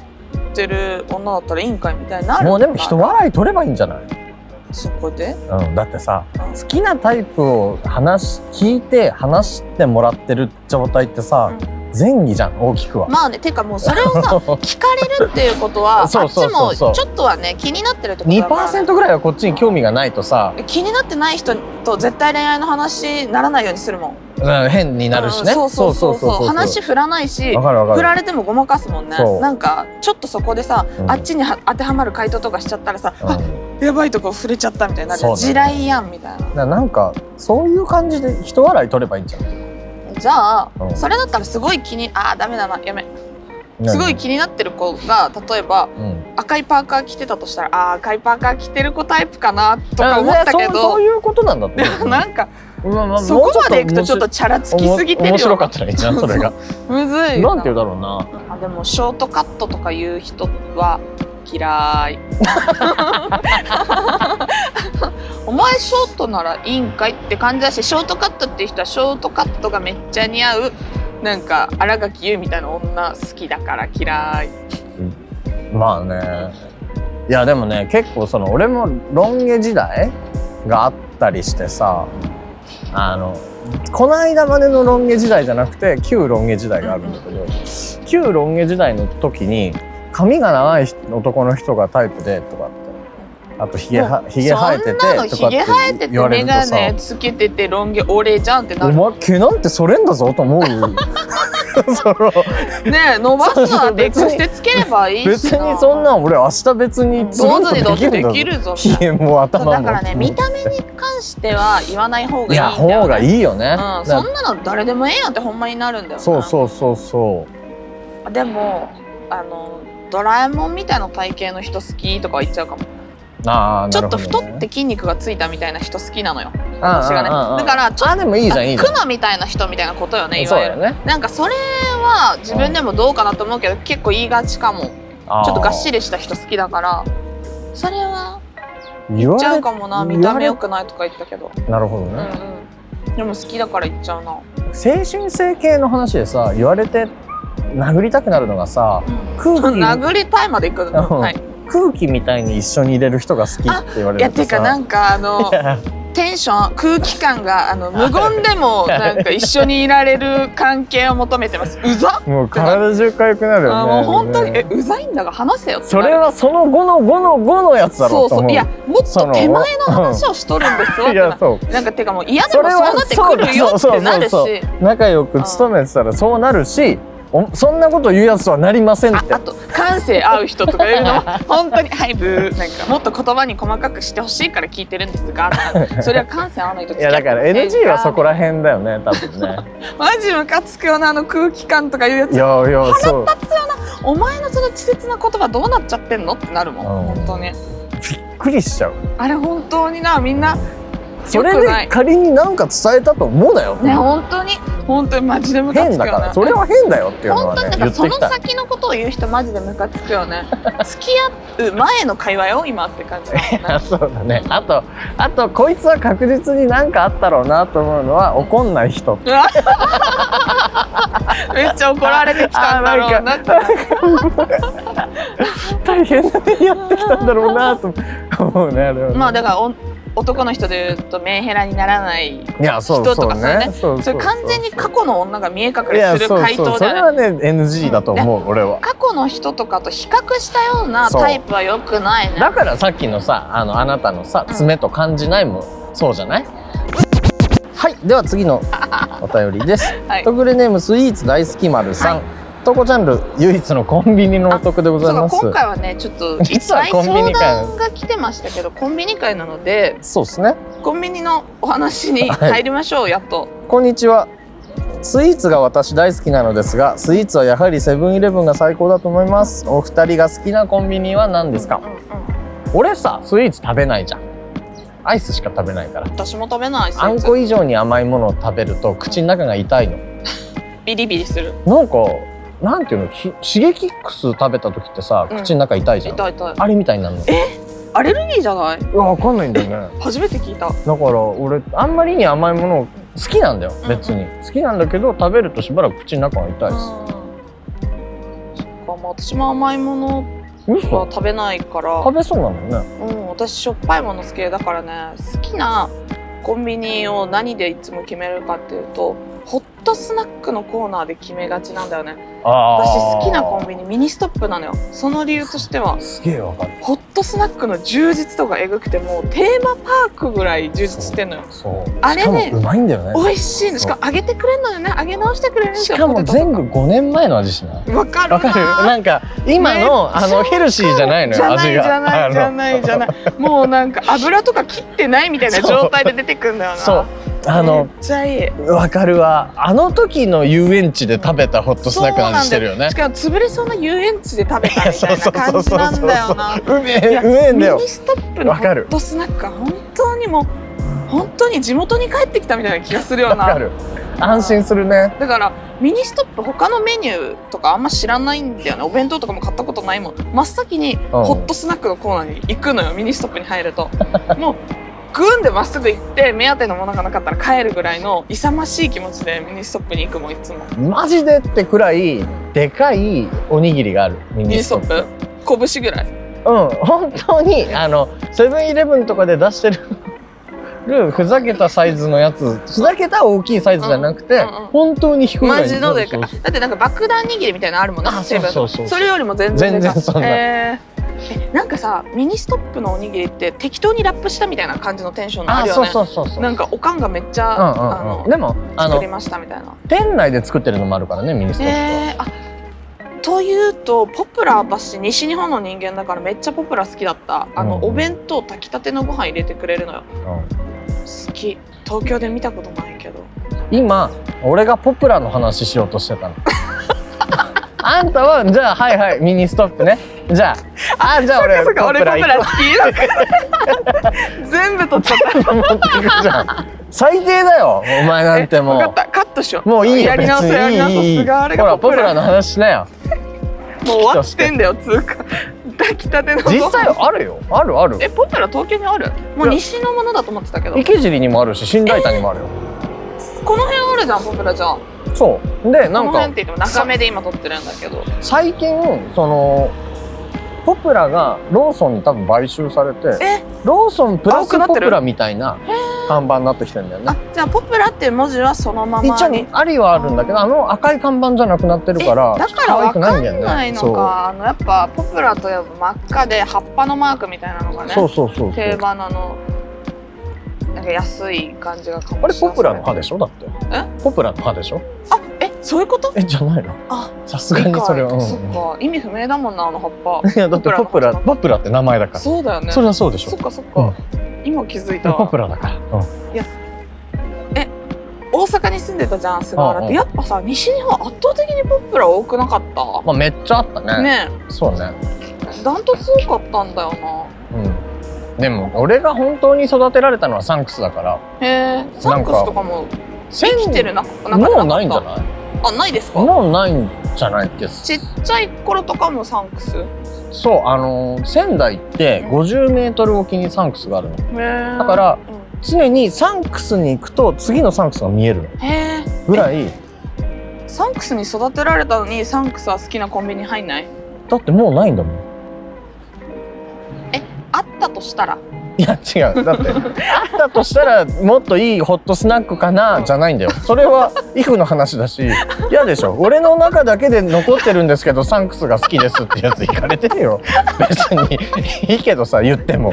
Speaker 1: てる女だったらいいんかいみたいになる
Speaker 2: もうでも人笑い取ればいいんじゃない、
Speaker 1: そこで
Speaker 2: うん、だってさ
Speaker 1: うん
Speaker 2: 好きなタイプを話し聞いて話してもらってる状態ってさ、前儀じゃん大きくは、
Speaker 1: まあねてかもうそれを
Speaker 2: (laughs)
Speaker 1: さ聞かれるっていうことは
Speaker 2: そうそう
Speaker 1: あ
Speaker 2: そう
Speaker 1: っち
Speaker 2: そう
Speaker 1: もちょっとはね気になってるってことだから、ね、
Speaker 2: 2%ぐらいはこっちに興味がないとさ、
Speaker 1: 気になってない人と絶対恋愛の話にならないようにするもん
Speaker 2: うん変になるし
Speaker 1: う
Speaker 2: ね、
Speaker 1: んそうそうそうそう話
Speaker 2: わ
Speaker 1: 振らないし
Speaker 2: かるわかる
Speaker 1: 振られてもごまかすもんね
Speaker 2: そう
Speaker 1: なんかちょっとそこでさ、
Speaker 2: うん
Speaker 1: あっちには当てはまる回答とかしちゃったらさ、
Speaker 2: う
Speaker 1: あ
Speaker 2: ん
Speaker 1: やばいとこ触れちゃったみたいになるじゃん
Speaker 2: そう
Speaker 1: 地
Speaker 2: だね
Speaker 1: 雷やんみたいな
Speaker 2: だからなんかそういう感じで人笑い取ればいいんじゃない
Speaker 1: じゃあ、
Speaker 2: うん
Speaker 1: それだったらすごい気にあーダメだなやめすごい、気になってる子が例えば
Speaker 2: うん、
Speaker 1: 赤いパーカー着てたとしたらあー赤いパーカー着てる子タイプかなとか思ったけ
Speaker 2: ねそうそう
Speaker 1: ど
Speaker 2: いうことなんだって
Speaker 1: でも (laughs) なんか
Speaker 2: まあまあ
Speaker 1: そこまでいくとちょっとチャラつきすぎてるよ
Speaker 2: 面白かったらいいじゃん
Speaker 1: (laughs)
Speaker 2: それが
Speaker 1: むずい
Speaker 2: なんて言うだろうな
Speaker 1: あでもショートカットとか言う人は嫌
Speaker 2: (laughs)
Speaker 1: いお前ショートならいいんかいって感じだしショートカットっていう人はショートカットがめっちゃ似合うなんか新垣結衣みたいな女好きだから嫌い
Speaker 2: まあねいやでもね結構その俺もロン毛時代があったりしてさあのこの間までのロン毛時代じゃなくて旧ロン毛時代があるんだけど旧ロン毛時代の時に髪が長い人男の人がタイプでとかってあとひげはひげ生えてて
Speaker 1: そんなの
Speaker 2: とか
Speaker 1: ひげ生え
Speaker 2: って
Speaker 1: てて
Speaker 2: 言われ
Speaker 1: 眼
Speaker 2: るとさ
Speaker 1: 鏡つけててロン毛俺じゃんってな
Speaker 2: お
Speaker 1: る (laughs)
Speaker 2: 前毛なんてそれんだぞと思うそう
Speaker 1: ね伸ばすのはテク
Speaker 2: そうそう別に
Speaker 1: ステつければいいしな
Speaker 2: 別にそんなん俺明日別につる
Speaker 1: 上手に
Speaker 2: っ
Speaker 1: ど
Speaker 2: と
Speaker 1: う
Speaker 2: で
Speaker 1: せ
Speaker 2: きるんだ
Speaker 1: で
Speaker 2: ぞ
Speaker 1: きる
Speaker 2: (laughs)
Speaker 1: ぞみたいな
Speaker 2: ひげも頭も
Speaker 1: だからね見た目に関しては言わない方が
Speaker 2: い
Speaker 1: いい
Speaker 2: や
Speaker 1: んだ
Speaker 2: 方
Speaker 1: よ、
Speaker 2: が
Speaker 1: ね、
Speaker 2: いいよね、
Speaker 1: うん、
Speaker 2: だ
Speaker 1: そんなの誰でもええやんってほんまになるんだよな
Speaker 2: そうそうそうそ
Speaker 1: でもあのドラえもんみたいな体型の人好きとか言っちゃうかも、
Speaker 2: うああ
Speaker 1: ち
Speaker 2: な
Speaker 1: ょ
Speaker 2: る
Speaker 1: っ
Speaker 2: ほど
Speaker 1: と
Speaker 2: ね
Speaker 1: 太って筋肉がついたみたいな人好きなのよ
Speaker 2: ああ
Speaker 1: 私がね
Speaker 2: ああああ
Speaker 1: だからちょっ
Speaker 2: あでもいいじゃんいいじゃ
Speaker 1: とクマみたいな人みたいなことよね
Speaker 2: ん
Speaker 1: い
Speaker 2: そう
Speaker 1: わゆ
Speaker 2: だ
Speaker 1: る
Speaker 2: よね
Speaker 1: なんかそれは自分でもどうかなと思うけど結構言いがちかも
Speaker 2: ああ
Speaker 1: ちょっとがっしりした人好きだからそれは
Speaker 2: 言わ
Speaker 1: ちゃう
Speaker 2: れ
Speaker 1: かもな
Speaker 2: 言われ
Speaker 1: 見た目良くないとか言ったけど
Speaker 2: なるほどね、
Speaker 1: うんうんでも好きだから言っちゃうな、
Speaker 2: 青春性系の話でさ言われて殴りたくなるのがさ空気
Speaker 1: 殴りたいまで行くの、
Speaker 2: うん
Speaker 1: はい、
Speaker 2: 空気みたいに一緒に入れる人が好きって言われ
Speaker 1: いや
Speaker 2: ると
Speaker 1: て
Speaker 2: さ
Speaker 1: かなんかあのテンション空気感が
Speaker 2: (laughs)
Speaker 1: あの無言でもなんか一緒にいられる関係を求めてますうざ、
Speaker 2: もう体中痒くなるよね
Speaker 1: あもう本当にえ
Speaker 2: ね
Speaker 1: うざいんだが話せよって
Speaker 2: そ
Speaker 1: なる
Speaker 2: れはその後の後の後のやつだろ
Speaker 1: そうう
Speaker 2: と
Speaker 1: そ
Speaker 2: 思
Speaker 1: う
Speaker 2: う
Speaker 1: いやもっと手前の話
Speaker 2: を
Speaker 1: をしとるんですよって
Speaker 2: い
Speaker 1: な
Speaker 2: やそう
Speaker 1: なんかてかもう嫌でもそうなってくるよっ
Speaker 2: それはそう
Speaker 1: てなるし
Speaker 2: そうそう仲良く勤めてたらそうなるしおそんなこと言うやつはなりません
Speaker 1: あ
Speaker 2: って
Speaker 1: あと感性合う人とかいう
Speaker 2: (laughs)
Speaker 1: のも本当に「はいブー」なんかもっと言葉に細かくしてほしいから聞いてるんです
Speaker 2: (laughs)
Speaker 1: がそれは感性合わないと
Speaker 2: いやだから NG はそこら辺だよね多分ね
Speaker 1: マジムカつくよなあの空気感と (laughs) かいうや
Speaker 2: い
Speaker 1: つ
Speaker 2: やいやそう
Speaker 1: お前のその稚拙な言葉どうなっちゃってんのってなるもん
Speaker 2: うん
Speaker 1: 本当に
Speaker 2: びっくりしちゃう
Speaker 1: あれ本当になみんな
Speaker 2: それ
Speaker 1: よくな
Speaker 2: で
Speaker 1: い
Speaker 2: 仮に何か伝えたと思うなよ
Speaker 1: ね本当に本当にマジでムカつ
Speaker 2: 変
Speaker 1: く
Speaker 2: だ
Speaker 1: よ
Speaker 2: か
Speaker 1: ね
Speaker 2: らそれは変だよっていうの
Speaker 1: 本
Speaker 2: は
Speaker 1: 当に
Speaker 2: ね
Speaker 1: だか
Speaker 2: 言っ
Speaker 1: ら
Speaker 2: て
Speaker 1: その
Speaker 2: きた
Speaker 1: 先のことを言う人マジでムカつくよね付き合う前の会話よ今って感じだ
Speaker 2: (laughs)
Speaker 1: よ
Speaker 2: あ
Speaker 1: ね
Speaker 2: そうだねあとあとこいつは確実に何かあったろうなと思うのは怒んない人
Speaker 1: うわ (laughs) めっちゃ怒られてきたんだろうなって
Speaker 2: 大変な目にやってきたんだろうなと思うねあれは
Speaker 1: (laughs)
Speaker 2: ね
Speaker 1: まあだからお男の人で言うとメンヘラにならない
Speaker 2: いやそう
Speaker 1: 人
Speaker 2: そ
Speaker 1: と
Speaker 2: う
Speaker 1: か
Speaker 2: ね
Speaker 1: さ
Speaker 2: そう
Speaker 1: それ完全に過去の女が見え隠れする
Speaker 2: そう
Speaker 1: 回
Speaker 2: そう
Speaker 1: 答
Speaker 2: そ
Speaker 1: で
Speaker 2: れ
Speaker 1: はない
Speaker 2: はね NG だと思う俺は
Speaker 1: 過去の人とかと比較したようなタイプは良くないね
Speaker 2: だからさっきのさあのあなたのさ
Speaker 1: うん
Speaker 2: 爪と感じないもそうじゃないはいでは (laughs) 次のお便りです、
Speaker 1: はい
Speaker 2: 特例ネームスイーツ大好き丸さん、
Speaker 1: は
Speaker 2: とこちゃんる唯一のコンビニのお得でご
Speaker 1: そ
Speaker 2: ざいう
Speaker 1: か
Speaker 2: ます
Speaker 1: 今回はねちょっといっ
Speaker 2: 実は
Speaker 1: ぱい
Speaker 2: コンビ
Speaker 1: 相
Speaker 2: ニ会
Speaker 1: 談が来てましたけ
Speaker 2: (laughs)
Speaker 1: どコンビニ会なので
Speaker 2: そうですね
Speaker 1: コンビニのお話
Speaker 2: (laughs)
Speaker 1: に入りましょう、やっと
Speaker 2: こんにちはスイーツが私大好きなのですがスイーツはやはりセブンイレブンが最高だと思いますお二人が好きなコンビニは何です
Speaker 1: う
Speaker 2: か
Speaker 1: んうん
Speaker 2: 俺さスイーツ食べないじゃんアイスしか食べないから
Speaker 1: 私も食べないし
Speaker 2: あんこ以上に甘いものを食べると口の中が痛いの
Speaker 1: ビリビリする
Speaker 2: なんかなんていうのしシゲキックス食べた時ってさ
Speaker 1: うん
Speaker 2: 口の中痛いじゃん、
Speaker 1: 痛い痛い
Speaker 2: あれみたいになるのえ
Speaker 1: アレルギーじゃない
Speaker 2: わかんないんだよね
Speaker 1: 初めて聞いた
Speaker 2: だから俺あんまりに甘いもの好きなんだよ
Speaker 1: うん
Speaker 2: 別に好きなんだけど食べるとしばらく口の中が痛い
Speaker 1: うん
Speaker 2: で
Speaker 1: そっかまあ私も甘いもの
Speaker 2: す嘘
Speaker 1: は食べないから
Speaker 2: 食べそうなのね
Speaker 1: うん、私しょっぱいもの好きだからね好きなコンビニを何でいつも決めるかっていうとホットスナックのコーナーで決めがちなんだよね私好きなコンビニミニストップなのよその理由として
Speaker 2: (laughs)
Speaker 1: は
Speaker 2: ニすげえわかる
Speaker 1: ホットスナックの充実度がえぐくてもうテーマパークぐらい充実してん
Speaker 2: (laughs)
Speaker 1: のよ
Speaker 2: そう
Speaker 1: あれね
Speaker 2: しかもうまいんだよね
Speaker 1: 美味しいのしかも揚げてくれるのよね揚げ直してくれるんで
Speaker 2: し
Speaker 1: すよ
Speaker 2: かも全
Speaker 1: ポ
Speaker 2: 部5年前の味しない
Speaker 1: テトわかるな
Speaker 2: わかるなんか今のあのヘルシーじゃないの
Speaker 1: じ
Speaker 2: よ
Speaker 1: ゃない
Speaker 2: 味
Speaker 1: じ
Speaker 2: が
Speaker 1: ゃないじゃ
Speaker 2: い
Speaker 1: ないじゃないもうなんか油とか切ってないみたいな状態で出てくるんだよな
Speaker 2: そうあの
Speaker 1: めっちゃいい
Speaker 2: わかるわあの時の遊園地で食べたホットスナックの味してるよね
Speaker 1: しかも潰れそうな遊園地で食べたみ
Speaker 2: そ
Speaker 1: た
Speaker 2: う
Speaker 1: いな
Speaker 2: そうそ
Speaker 1: 感
Speaker 2: う
Speaker 1: じ
Speaker 2: そう
Speaker 1: なんだよな
Speaker 2: うめ
Speaker 1: い
Speaker 2: え
Speaker 1: や
Speaker 2: うめえん
Speaker 1: ミ
Speaker 2: だよ
Speaker 1: ニストップの
Speaker 2: わ
Speaker 1: ホ
Speaker 2: かる
Speaker 1: ットスナックは本当にもう本当に地元に帰ってきたみたいな気がするよ
Speaker 2: わか
Speaker 1: な
Speaker 2: る安心するね
Speaker 1: だからミニストップ他のメニューとかあんま知らないんだよねお弁当とかも買ったことないもん真っ先にホットスナックのコーナーに行くのよミニストップに入るともうグンでまっすぐ行って目当てのものがなかったら帰るぐらいの勇ましい気持ちでミニストップに行くもんいつも
Speaker 2: マジでってくらいでかいおにぎりがあるミ
Speaker 1: ミ
Speaker 2: ニ
Speaker 1: ニ
Speaker 2: ス
Speaker 1: ス
Speaker 2: ト
Speaker 1: ト
Speaker 2: ップ
Speaker 1: ップ拳ぐらい
Speaker 2: うん本当にあのセブンイレブンとかで出してるるふざけたサイズのやつふざけた大きいサイズじゃなくて、
Speaker 1: うんうんうん
Speaker 2: 本当に低いぐらい
Speaker 1: マジのでかい
Speaker 2: そうそう
Speaker 1: だってなんか爆弾握りみたいなのあるもんね
Speaker 2: あ
Speaker 1: セブン
Speaker 2: そうそうそう
Speaker 1: れよりも全然でかい
Speaker 2: 全然そんな
Speaker 1: えーえなんかさミニストップのおにぎりって適当にラップしたみたいな感じのテンションのあ
Speaker 2: あ
Speaker 1: るよね
Speaker 2: そうそうそうそう
Speaker 1: なんかおかんがめっちゃ、あ
Speaker 2: うんうんう
Speaker 1: の
Speaker 2: ん、でもあ
Speaker 1: 作
Speaker 2: の
Speaker 1: りましたみたいな
Speaker 2: 店内で作ってるのもあるからねミニストップは、
Speaker 1: えー、あというとポプラ私西日本の人間だからめっちゃポプラ好きだったあの、
Speaker 2: うんうん
Speaker 1: お弁当炊きたてのご飯入れてくれるのよ好き東京で見たことないけど
Speaker 2: うん、今俺がポプラの話しようとして
Speaker 1: (laughs)
Speaker 2: たのあんたはじゃあはいはいミニストップねじゃああじゃあ俺
Speaker 1: そっか
Speaker 2: ポ
Speaker 1: 俺
Speaker 2: プ
Speaker 1: ポプ
Speaker 2: ラ行
Speaker 1: ラ好き
Speaker 2: (laughs)
Speaker 1: 全部取っちゃっ
Speaker 2: くと思っていくじゃん (laughs) 最低だよお
Speaker 1: た
Speaker 2: 前なんて
Speaker 1: 分かっ
Speaker 2: も
Speaker 1: たカットしよ
Speaker 2: う
Speaker 1: う
Speaker 2: もういいよ
Speaker 1: やり直そう
Speaker 2: 別
Speaker 1: やり直そう
Speaker 2: にいいいいいい
Speaker 1: すがあれ
Speaker 2: ほ
Speaker 1: が
Speaker 2: ら
Speaker 1: ポ
Speaker 2: ポ
Speaker 1: プ
Speaker 2: プ
Speaker 1: ラ
Speaker 2: ラの話しなよ
Speaker 1: もう終わってんだよ通過 (laughs) 炊きたてのご飯
Speaker 2: 実際あるよあるある
Speaker 1: えポプラ東京にあるもう西のものだと思ってたけど
Speaker 2: 池尻にもあるし新大谷にもあるよ、
Speaker 1: この辺あるじゃんポプラじゃん
Speaker 2: そうでな
Speaker 1: この辺
Speaker 2: んか
Speaker 1: って言っても中目で今撮ってるんだけど
Speaker 2: 最近そのポプラがローソンに多分買収されて
Speaker 1: え
Speaker 2: ローソンプラ
Speaker 1: 青く
Speaker 2: ス
Speaker 1: なっ
Speaker 2: ポ
Speaker 1: て
Speaker 2: プ
Speaker 1: る
Speaker 2: ラみたいな看板になってきてんだよ
Speaker 1: あ
Speaker 2: ね
Speaker 1: じゃあポプラっていう文字はそのままに
Speaker 2: 一応ねありはあるんだけどあの赤い看板じゃなくなってるから
Speaker 1: だから
Speaker 2: 可愛
Speaker 1: わか
Speaker 2: くないん
Speaker 1: ん
Speaker 2: だよね
Speaker 1: ないのかあのやっぱポプラといえば真っ赤で葉っぱのマークみたいなのがね
Speaker 2: そうそうそうそうそう
Speaker 1: 定番のあのなんか安い感じがかも
Speaker 2: あれ
Speaker 1: しれ
Speaker 2: ポ
Speaker 1: ない
Speaker 2: プラの歯でしょだってポプラの歯でしょ
Speaker 1: あえそういうこと
Speaker 2: えじゃないの
Speaker 1: あ
Speaker 2: さすがにそれは、
Speaker 1: 理
Speaker 2: うん、
Speaker 1: 解そっか意味不明だもんなあの葉っ
Speaker 2: いやだってポプラポプラって名前だ
Speaker 1: ぱ
Speaker 2: から
Speaker 1: そうだよね
Speaker 2: それはそうでしょ
Speaker 1: そっかそっか今気づいた
Speaker 2: ポ
Speaker 1: わ
Speaker 2: プラだから、うん
Speaker 1: 大阪に住んでたじゃん菅原っ
Speaker 2: うんう
Speaker 1: て
Speaker 2: ん
Speaker 1: やっぱさ西日本圧倒的にポプラ多くなかっ
Speaker 2: まあめっちゃあった
Speaker 1: た
Speaker 2: ね
Speaker 1: ね
Speaker 2: そうね
Speaker 1: ダントツ多かったんだよな
Speaker 2: うんでも俺が本当に育てられたのはサンクスだから
Speaker 1: へえサンクスとかも
Speaker 2: 生
Speaker 1: 生きてるな中
Speaker 2: もうないんじゃない
Speaker 1: あないですか
Speaker 2: もうないんじゃないっけ
Speaker 1: ちっちゃい頃とかもサンクスへ
Speaker 2: そうあのー仙台って50メートルおきにサンクスがあるの
Speaker 1: え
Speaker 2: だから、
Speaker 1: う
Speaker 2: 常にサンクスに行くと次のサンクスが見えるの
Speaker 1: んへえ
Speaker 2: ぐらい
Speaker 1: サンクスに育てられたのにサンクスは好きなコンビニ入んない
Speaker 2: だってもうないんだもん
Speaker 1: あったとしたら
Speaker 2: いや違う (laughs) だってあったとしたらもっといいホットスナックか
Speaker 1: うん
Speaker 2: なじゃないんだよそれはイフの話だし嫌でしょ俺の中だけで残ってるんですけどサンクスが好きですってやついかれてるよ別にいいけどさ言っても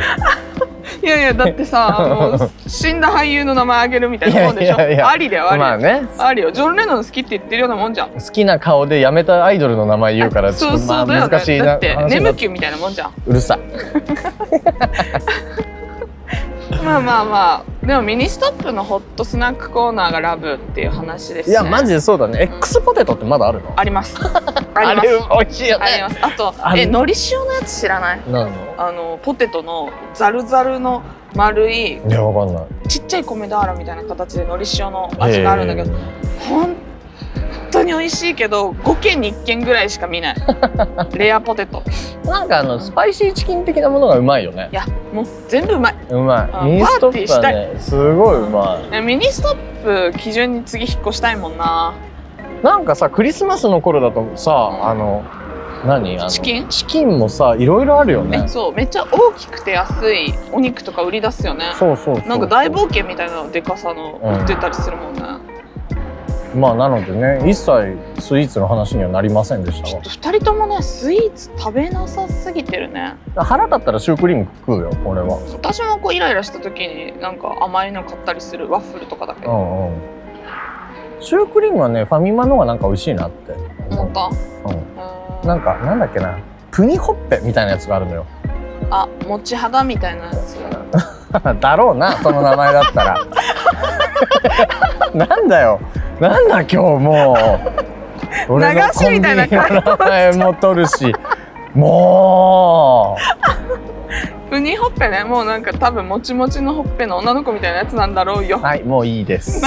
Speaker 1: いやいやだって
Speaker 2: (laughs)
Speaker 1: さあの死んだ俳優の名前あげるみたいなもんでしょ
Speaker 2: いやいやいや
Speaker 1: ありだよあり、
Speaker 2: まあね
Speaker 1: ありよジョン・レノン好きって言ってるようなもんじゃん
Speaker 2: 好きな顔で辞めたアイドルの名前言うからち
Speaker 1: (laughs) そ
Speaker 2: ょっ
Speaker 1: う
Speaker 2: と
Speaker 1: そ
Speaker 2: ま
Speaker 1: う
Speaker 2: あ
Speaker 1: だよ、ね
Speaker 2: 難しい
Speaker 1: だ
Speaker 2: な
Speaker 1: って
Speaker 2: 話だ
Speaker 1: 眠
Speaker 2: と
Speaker 1: 気みたいなもんじゃん
Speaker 2: うるさい
Speaker 1: まあまあまあでもミニストップのホットスナックコーナーがラブっていう話です、
Speaker 2: い
Speaker 1: ね、
Speaker 2: やマジでそうだね
Speaker 1: うん
Speaker 2: X ポテトってまだあるの
Speaker 1: あります
Speaker 2: (laughs)
Speaker 1: あります
Speaker 2: れ美味しいよ
Speaker 1: ありますあと
Speaker 2: あれ
Speaker 1: えのり塩のやつ知らない
Speaker 2: なんの
Speaker 1: あのポテトのザルザルの丸い
Speaker 2: いやわかんない
Speaker 1: ちっちゃい米俵みたいな形でのり塩の味があるんだけど
Speaker 2: へ
Speaker 1: 本当に美味しいけど5軒に1軒ぐらいしか見
Speaker 2: (laughs)
Speaker 1: ないレアポテト
Speaker 2: ーなんかあのスパイシーチキン的なものがうまいよね
Speaker 1: いやもう全部うまいう
Speaker 2: ま
Speaker 1: あ
Speaker 2: い。ミニストップは
Speaker 1: パーテ
Speaker 2: ね、すごいうま。
Speaker 1: えミニストップ基準に次引っ越したいもんない
Speaker 2: なんかさ、クリスマスの頃だとさ、あの、何あの
Speaker 1: チキン
Speaker 2: チキンもさ、いろいろあるよね
Speaker 1: え。そうめっちゃ大きくて安いお肉とか売り出すよね
Speaker 2: そうそうそう。
Speaker 1: なんか大冒険みたいなでかさの
Speaker 2: う
Speaker 1: 売
Speaker 2: ん
Speaker 1: ってたりするもんね、
Speaker 2: まあ、なのでね、一切スイーツの話にはなりませんでし
Speaker 1: ち
Speaker 2: た
Speaker 1: ょっ
Speaker 2: わ
Speaker 1: と2人ともねスイーツ食べなさすぎてるね。
Speaker 2: 腹立ったらシュークリーム食うよ、俺は。
Speaker 1: 私もこうイライラした時になんか甘いの買ったりするワッフルとかだけ
Speaker 2: う
Speaker 1: ど
Speaker 2: んうん。シュークリームはね、ファミマの方がなんか美味しいなって
Speaker 1: 思
Speaker 2: 思
Speaker 1: った
Speaker 2: う。
Speaker 1: う
Speaker 2: うん。
Speaker 1: ん
Speaker 2: なんか、なんだっけな。プニホッペみたいなやつがあるのよ。 (laughs)
Speaker 1: あ餅肌みたいなやつ
Speaker 2: だろうなその名前だったら (laughs) なんだよなんだ今日もう
Speaker 1: 流しみたいな
Speaker 2: 俺のコンビニの名前も取るしも
Speaker 1: ウニほっぺねもうなんか多分もちもちのほっぺの女の子みたいなやつなんだろうよ
Speaker 2: うはいもういいです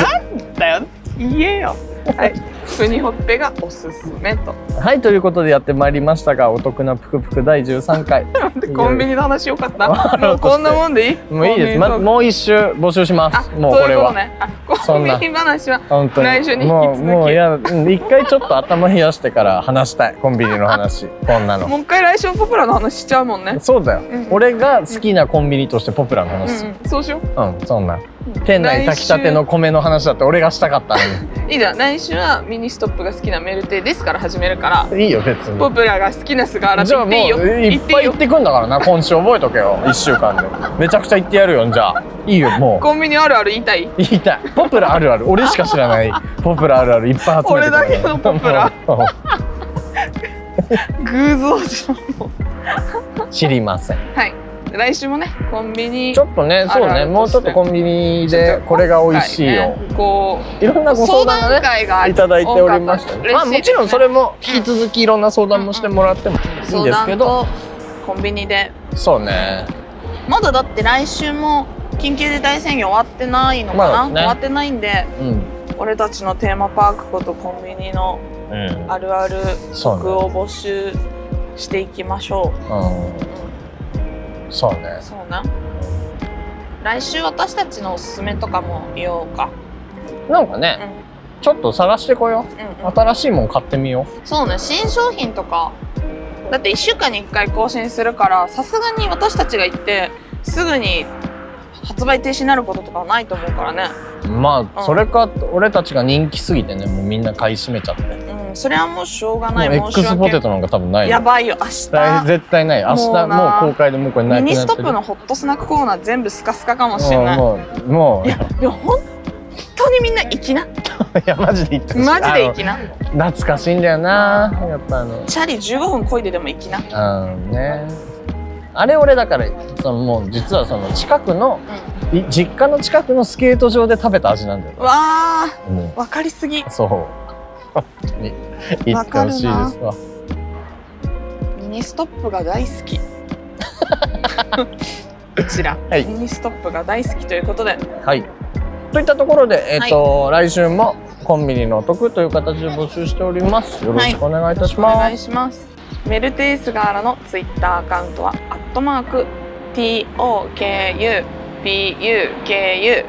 Speaker 1: だよ言えよはいウニほっぺがおすすめと
Speaker 2: はいということでやってまいりましたがお得なぷくぷく第13回
Speaker 1: (laughs) でコンビニの話よか
Speaker 2: (laughs)
Speaker 1: ったもうこんなもんでいい
Speaker 2: もういいで
Speaker 1: コンビニトー
Speaker 2: す、ま、
Speaker 1: ク
Speaker 2: もう一周募集します
Speaker 1: あ
Speaker 2: もうこ
Speaker 1: そうい
Speaker 2: れは
Speaker 1: うことねあコ
Speaker 2: そ
Speaker 1: ン
Speaker 2: ん
Speaker 1: ビ
Speaker 2: な
Speaker 1: ニ話は
Speaker 2: 本当に
Speaker 1: 来週に引き
Speaker 2: も
Speaker 1: 続
Speaker 2: う
Speaker 1: き
Speaker 2: もういやうん一回ちょっと頭冷やしてから話したいコンビニの話こんなの
Speaker 1: もう一回来週ポプラの話しちゃうもんね
Speaker 2: そうだよ、
Speaker 1: うん
Speaker 2: 俺が好きなコンビニとしてポプラの
Speaker 1: う
Speaker 2: 話する
Speaker 1: ん、うん、そうしよう
Speaker 2: うん、そんな。店内炊きたての米の話だって俺がしたかったの
Speaker 1: いいじゃん来週はミニストップが好きなメルテですから始めるから
Speaker 2: にいいよ別に
Speaker 1: ポプラが好きな菅原って
Speaker 2: じ
Speaker 1: 言
Speaker 2: ゃあ
Speaker 1: っ
Speaker 2: もう
Speaker 1: ていいよ
Speaker 2: いっぱい行ってくんだからな今週覚えとけよ1週間でめちゃくちゃ行ってやるよじゃあいいよもう
Speaker 1: コンビニあるある言いたい
Speaker 2: 言いたいポプラあるある俺しか知らないポプラあるあるいっぱい集めてくる
Speaker 1: 俺だけのポプラ
Speaker 2: も
Speaker 1: 偶像じゃんも
Speaker 2: う知りません
Speaker 1: うはい来週もねコンビニ
Speaker 2: ちょっとねそう
Speaker 1: あるあ
Speaker 2: ね
Speaker 1: る
Speaker 2: もうちょっとコンビニでこれが美味しいよ
Speaker 1: ねこ
Speaker 2: いろんな
Speaker 1: う
Speaker 2: ご
Speaker 1: 相
Speaker 2: 相談
Speaker 1: 談
Speaker 2: がね
Speaker 1: 会が
Speaker 2: いただいておりました
Speaker 1: 多かった
Speaker 2: ね
Speaker 1: 嬉
Speaker 2: ま
Speaker 1: し
Speaker 2: あ
Speaker 1: い
Speaker 2: もちろんそれも引き続きいろんな相談もしてもらってもいいんですけど
Speaker 1: コンビニで
Speaker 2: そうね
Speaker 1: まだだって来週も緊急事態宣言終わってないのかな、
Speaker 2: まだね
Speaker 1: 終わってないんで
Speaker 2: うん
Speaker 1: 俺たちのテーマパークことコンビニの
Speaker 2: うん
Speaker 1: あるある
Speaker 2: そう
Speaker 1: 僕を募集していきましょ
Speaker 2: ね
Speaker 1: う、
Speaker 2: うんそうね
Speaker 1: そうな来週私たちのおすすめとかも言おうか
Speaker 2: なんかねちょっと探してこよ
Speaker 1: うんうん
Speaker 2: う新しいもん買ってみよ
Speaker 1: そうね新商品とかだって1週間に1回更新するからさすがに私たちが行ってすぐに発売停止になることとかはないと思うからね
Speaker 2: うま
Speaker 1: う
Speaker 2: あ
Speaker 1: ん
Speaker 2: それか俺たちが人気すぎてねもうみんな買い占めちゃっても
Speaker 1: うんそれはもうしょうがないう
Speaker 2: X ポテトなんか多分ないよ
Speaker 1: やばいよ明
Speaker 2: 大
Speaker 1: 日
Speaker 2: 絶対ない明日
Speaker 1: も
Speaker 2: も
Speaker 1: う
Speaker 2: う
Speaker 1: な
Speaker 2: 公開でもうこれな
Speaker 1: ミ
Speaker 2: い
Speaker 1: ニストップのホットスナックコーナー全部スカスカかもしれない
Speaker 2: もうもうもう
Speaker 1: いやでも本当にみんな行きない
Speaker 2: やマジで行ってほしい
Speaker 1: マジで行きな
Speaker 2: あの懐かしいんだよなやっぱあの
Speaker 1: チャリ15分こいででも行きな
Speaker 2: うんねあれ俺だからそのもう実はその近くの
Speaker 1: う
Speaker 2: い実家の近くのスケート場で食べた味なんだよ
Speaker 1: んわ
Speaker 2: もう
Speaker 1: ーわかりすぎ
Speaker 2: そう。 (laughs) 本当に言ってほしいです
Speaker 1: わ
Speaker 2: わ。
Speaker 1: ミニストップが大好
Speaker 2: (laughs)
Speaker 1: きうちら、
Speaker 2: はい
Speaker 1: ミニストップが大好きということで
Speaker 2: はい。といったところで、えっ、と、来週もコンビニのお得という形で募集しております。よろしくお願いいたし
Speaker 1: お
Speaker 2: ます。
Speaker 1: 願いしますメルテイスガーラのツイッターアカウントはアットマーク TOKUPUKU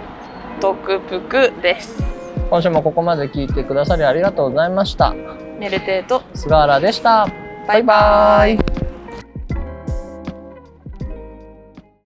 Speaker 1: トクプクです
Speaker 2: 今週もここまで聞いてくださりありがとうございました。
Speaker 1: メルテイと
Speaker 2: 菅原でした。
Speaker 1: バイバイ
Speaker 2: バイバイ